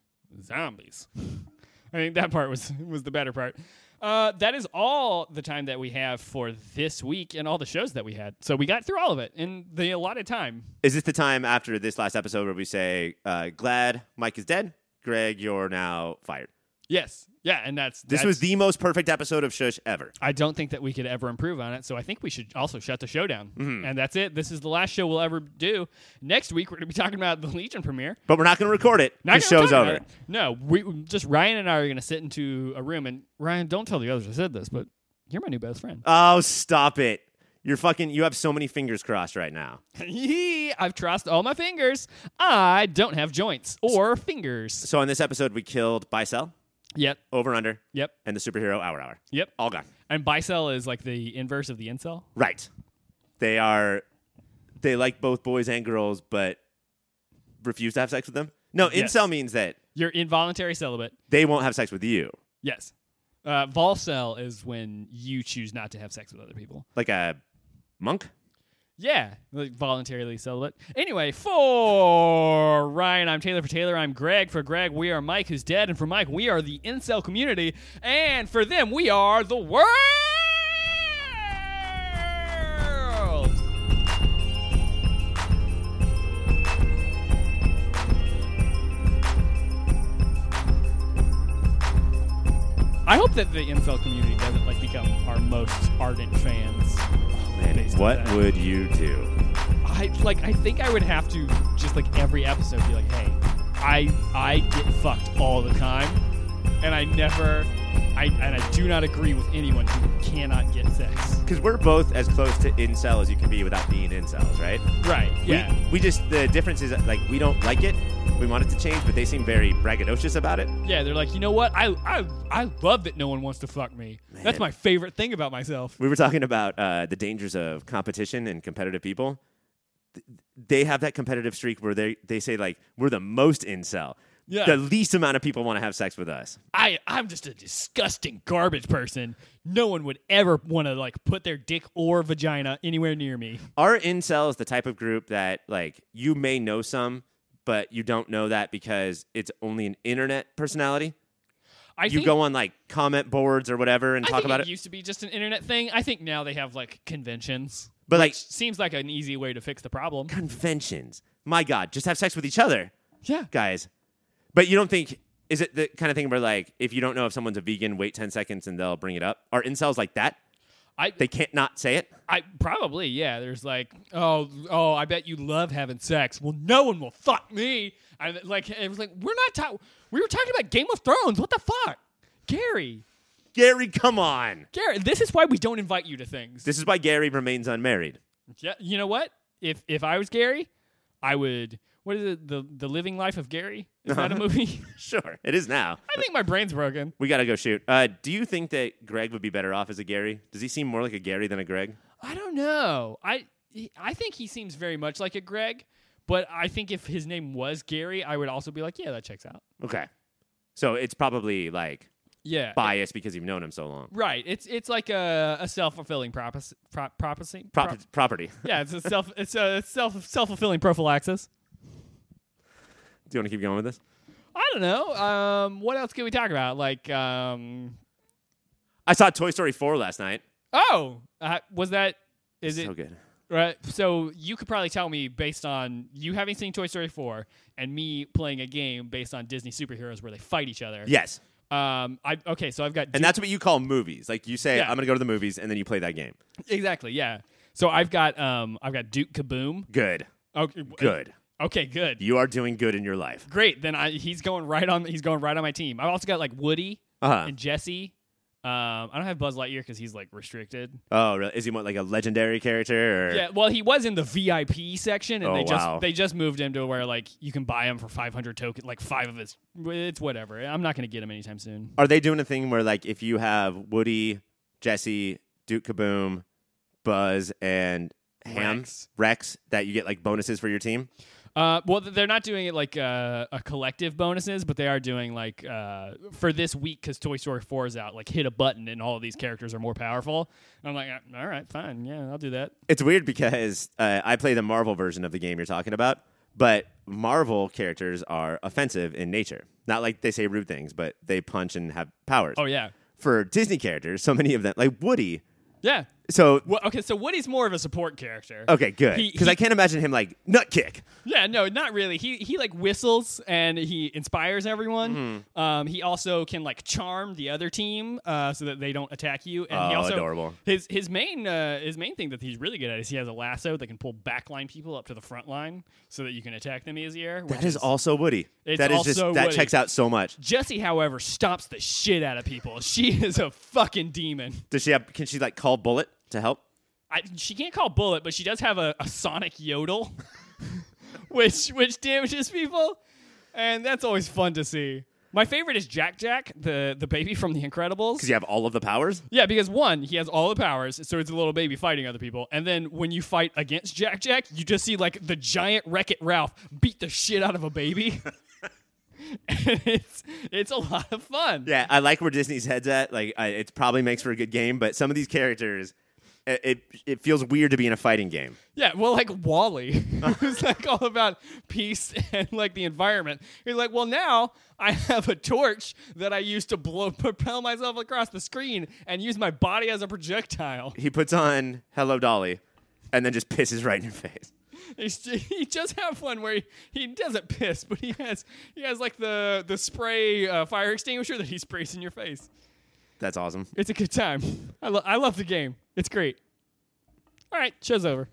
[SPEAKER 1] zombies. I think that part was was the better part. Uh, that is all the time that we have for this week and all the shows that we had. So we got through all of it in the allotted time.
[SPEAKER 2] Is this the time after this last episode where we say, uh, "Glad Mike is dead, Greg, you're now fired"?
[SPEAKER 1] Yes, yeah, and that's
[SPEAKER 2] This
[SPEAKER 1] that's-
[SPEAKER 2] was the most perfect episode of Shush ever.
[SPEAKER 1] I don't think that we could ever improve on it. So I think we should also shut the show down.
[SPEAKER 2] Mm-hmm.
[SPEAKER 1] And that's it. This is the last show we'll ever do. Next week we're going to be talking about the Legion premiere.
[SPEAKER 2] But we're not going to record it.
[SPEAKER 1] Not gonna
[SPEAKER 2] The show's
[SPEAKER 1] talk about
[SPEAKER 2] over.
[SPEAKER 1] it. No, we just Ryan and I are going to sit into a room and Ryan, don't tell the others I said this, but you're my new best friend.
[SPEAKER 2] Oh, stop it! You're fucking. You have so many fingers crossed right now.
[SPEAKER 1] Yee, I've crossed all my fingers. I don't have joints or fingers.
[SPEAKER 2] So on this episode, we killed Bicel,
[SPEAKER 1] Yep,
[SPEAKER 2] Over Under,
[SPEAKER 1] yep,
[SPEAKER 2] and the superhero Hour Hour.
[SPEAKER 1] yep.
[SPEAKER 2] All gone.
[SPEAKER 1] And bicell is like the inverse of the incel.
[SPEAKER 2] Right. They are. They like both boys and girls, but refuse to have sex with them. No,
[SPEAKER 1] Yes.
[SPEAKER 2] incel means that
[SPEAKER 1] You're involuntary celibate.
[SPEAKER 2] they won't have sex with you,
[SPEAKER 1] Yes. Uh, volcel is when you choose not to have sex with other people.
[SPEAKER 2] like a monk.
[SPEAKER 1] Yeah, like voluntarily celibate. Anyway, for Ryan, I'm Taylor. For Taylor, I'm Greg. For Greg, we are Mike, who's dead. And for Mike, we are the incel community. And for them, we are the world. I hope that the incel community doesn't like become our most ardent fans.
[SPEAKER 2] Man, what would you do?
[SPEAKER 1] I like I think I would have to just like every episode be like, hey, I I get fucked all the time and I never I and I do not agree with anyone who cannot get sex.
[SPEAKER 2] Because we're both as close to incel as you can be without being incels, right?
[SPEAKER 1] Right.
[SPEAKER 2] We-
[SPEAKER 1] Yeah.
[SPEAKER 2] We, just, the difference is like we don't like it. We want it to change, but they seem very braggadocious about it.
[SPEAKER 1] yeah. They're like, you know what? I I I love that no one wants to fuck me. That's my favorite thing about myself.
[SPEAKER 2] We were talking about uh, the dangers of competition and competitive people. Th- They have that competitive streak where they, they say, like, we're the most incel.
[SPEAKER 1] Yeah.
[SPEAKER 2] The least amount of people want to have sex with us.
[SPEAKER 1] I I'm just a disgusting garbage person. No one would ever want to like put their dick or vagina anywhere near me.
[SPEAKER 2] Are incels the type of group that, like, you may know some, but you don't know that because it's only an internet personality?
[SPEAKER 1] I
[SPEAKER 2] you
[SPEAKER 1] think,
[SPEAKER 2] go on, like, comment boards or whatever and
[SPEAKER 1] I
[SPEAKER 2] talk
[SPEAKER 1] think
[SPEAKER 2] about
[SPEAKER 1] it
[SPEAKER 2] it.
[SPEAKER 1] used to be just an internet thing. I think now they have like conventions.
[SPEAKER 2] But, like,
[SPEAKER 1] Seems like an easy way to fix the problem.
[SPEAKER 2] conventions. My God, just have sex with each other,
[SPEAKER 1] Yeah.
[SPEAKER 2] guys. But you don't think is it the kind of thing where like if you don't know if someone's a vegan, wait ten seconds and they'll bring it up? Are incels like that?
[SPEAKER 1] I
[SPEAKER 2] They can't not say it.
[SPEAKER 1] I probably yeah. There's like oh oh I bet you love having sex. Well, no one will fuck me. I like it was like we're not talking. We were talking about Game of Thrones. What the fuck, Gary?
[SPEAKER 2] Gary, come on.
[SPEAKER 1] Gary, this is why we don't invite you to things.
[SPEAKER 2] This is why Gary remains unmarried.
[SPEAKER 1] Yeah, you know what? If if I was Gary, I would. What is it? The the Living Life of Gary? Is that a movie?
[SPEAKER 2] Sure, it is now.
[SPEAKER 1] I think my brain's broken.
[SPEAKER 2] We gotta go shoot. Uh, do you think that Greg would be better off as a Gary? Does he seem more like a Gary than a Greg?
[SPEAKER 1] I don't know. I he- I think he seems very much like a Greg, but I think if his name was Gary, I would also be like, yeah, that checks out.
[SPEAKER 2] Okay, so it's probably like
[SPEAKER 1] Yeah,
[SPEAKER 2] biased because you've known him so long.
[SPEAKER 1] right. It's it's like a, a self fulfilling prophecy. Pro- prophecy.
[SPEAKER 2] Prop-
[SPEAKER 1] Prop-
[SPEAKER 2] property.
[SPEAKER 1] yeah, it's a self it's a self self fulfilling prophylaxis.
[SPEAKER 2] Do you want to keep going with this?
[SPEAKER 1] I don't know. Um, what else can we talk about? Like, um,
[SPEAKER 2] I saw Toy Story four last night.
[SPEAKER 1] oh, uh, was that? Is it
[SPEAKER 2] so good?
[SPEAKER 1] Right. So you could probably tell me based on you having seen Toy Story 4 and me playing a game based on Disney superheroes where they fight each other.
[SPEAKER 2] Yes.
[SPEAKER 1] Um. I okay. So I've got
[SPEAKER 2] And that's what you call movies. Like you say,
[SPEAKER 1] Yeah.
[SPEAKER 2] I'm gonna go to the movies, and then you play that game.
[SPEAKER 1] exactly. Yeah. So I've got um. I've got Duke Kaboom.
[SPEAKER 2] Good,
[SPEAKER 1] Okay. w-
[SPEAKER 2] good.
[SPEAKER 1] Okay. Good.
[SPEAKER 2] You are doing good in your life.
[SPEAKER 1] Great. Then I he's going right on. He's going right on my team. I've also got like Woody
[SPEAKER 2] Uh huh.
[SPEAKER 1] and Jesse. Um. I don't have Buzz Lightyear because he's like restricted.
[SPEAKER 2] Oh, really? is he more like a legendary character? Or?
[SPEAKER 1] Yeah, well, he was in the VIP section, and
[SPEAKER 2] Oh,
[SPEAKER 1] they just
[SPEAKER 2] wow.
[SPEAKER 1] they just moved him to where like you can buy him for five hundred token, like five of his. It's whatever. I'm not gonna get him anytime soon.
[SPEAKER 2] Are they doing a thing where like if you have Woody, Jesse, Duke Kaboom, Buzz, and Ham
[SPEAKER 1] Rex.
[SPEAKER 2] Rex that you get like bonuses for your team?
[SPEAKER 1] Uh, well, th- they're not doing it like uh, a collective bonuses, but they are doing like uh, for this week because Toy Story Four is out. Like hit a button, and all of these characters are more powerful. And I'm like, "Uh, all right, fine, yeah, I'll do that.
[SPEAKER 2] It's weird because uh, I play the Marvel version of the game you're talking about, but Marvel characters are offensive in nature. Not like they say rude things, but they punch and have powers.
[SPEAKER 1] Oh yeah,
[SPEAKER 2] for Disney characters, so many of them, like Woody.
[SPEAKER 1] yeah.
[SPEAKER 2] So
[SPEAKER 1] Well, okay, so Woody's more of a support character.
[SPEAKER 2] okay, good,
[SPEAKER 1] He-
[SPEAKER 2] because
[SPEAKER 1] he-
[SPEAKER 2] I can't imagine him like nut kick.
[SPEAKER 1] Yeah, no, not really. He he like whistles and he inspires everyone.
[SPEAKER 2] Mm-hmm.
[SPEAKER 1] Um, he also can like charm the other team uh, so that they don't attack you. And he
[SPEAKER 2] Oh,
[SPEAKER 1] also
[SPEAKER 2] adorable.
[SPEAKER 1] His his main uh, his main thing that he's really good at is he has a lasso that can pull backline people up to the front line so that you can attack them easier. which
[SPEAKER 2] That is also Woody.
[SPEAKER 1] It's
[SPEAKER 2] that is
[SPEAKER 1] also
[SPEAKER 2] just that
[SPEAKER 1] Woody.
[SPEAKER 2] checks out so much.
[SPEAKER 1] Jessie, however, stomps the shit out of people. She is a fucking demon.
[SPEAKER 2] Does she have? Can she like call Bullet to help?
[SPEAKER 1] I, she can't call bullet, but she does have a, a sonic yodel, which which damages people, and that's always fun to see. My favorite is Jack Jack, the the baby from The Incredibles.
[SPEAKER 2] Because you have all of the powers.
[SPEAKER 1] Yeah, because one, he has all the powers, so it's a little baby fighting other people. And then when you fight against Jack Jack, you just see like the giant Wreck It Ralph beat the shit out of a baby. and it's it's a lot of fun.
[SPEAKER 2] Yeah, I like where Disney's heads at. Like, I, it probably makes for a good game, but some of these characters, it it, it feels weird to be in a fighting game.
[SPEAKER 1] Yeah, well, like Wally, who's like all about peace and like the environment. You're like, well, now I have a torch that I use to blow propel myself across the screen and use my body as a projectile.
[SPEAKER 2] He puts on Hello Dolly, and then just pisses right in your face.
[SPEAKER 1] He's- He just have one where he, he doesn't piss, but he has he has like the the spray uh, fire extinguisher that he sprays in your face.
[SPEAKER 2] That's awesome.
[SPEAKER 1] It's a good time. I lo- I love the game. It's great. All right, show's over.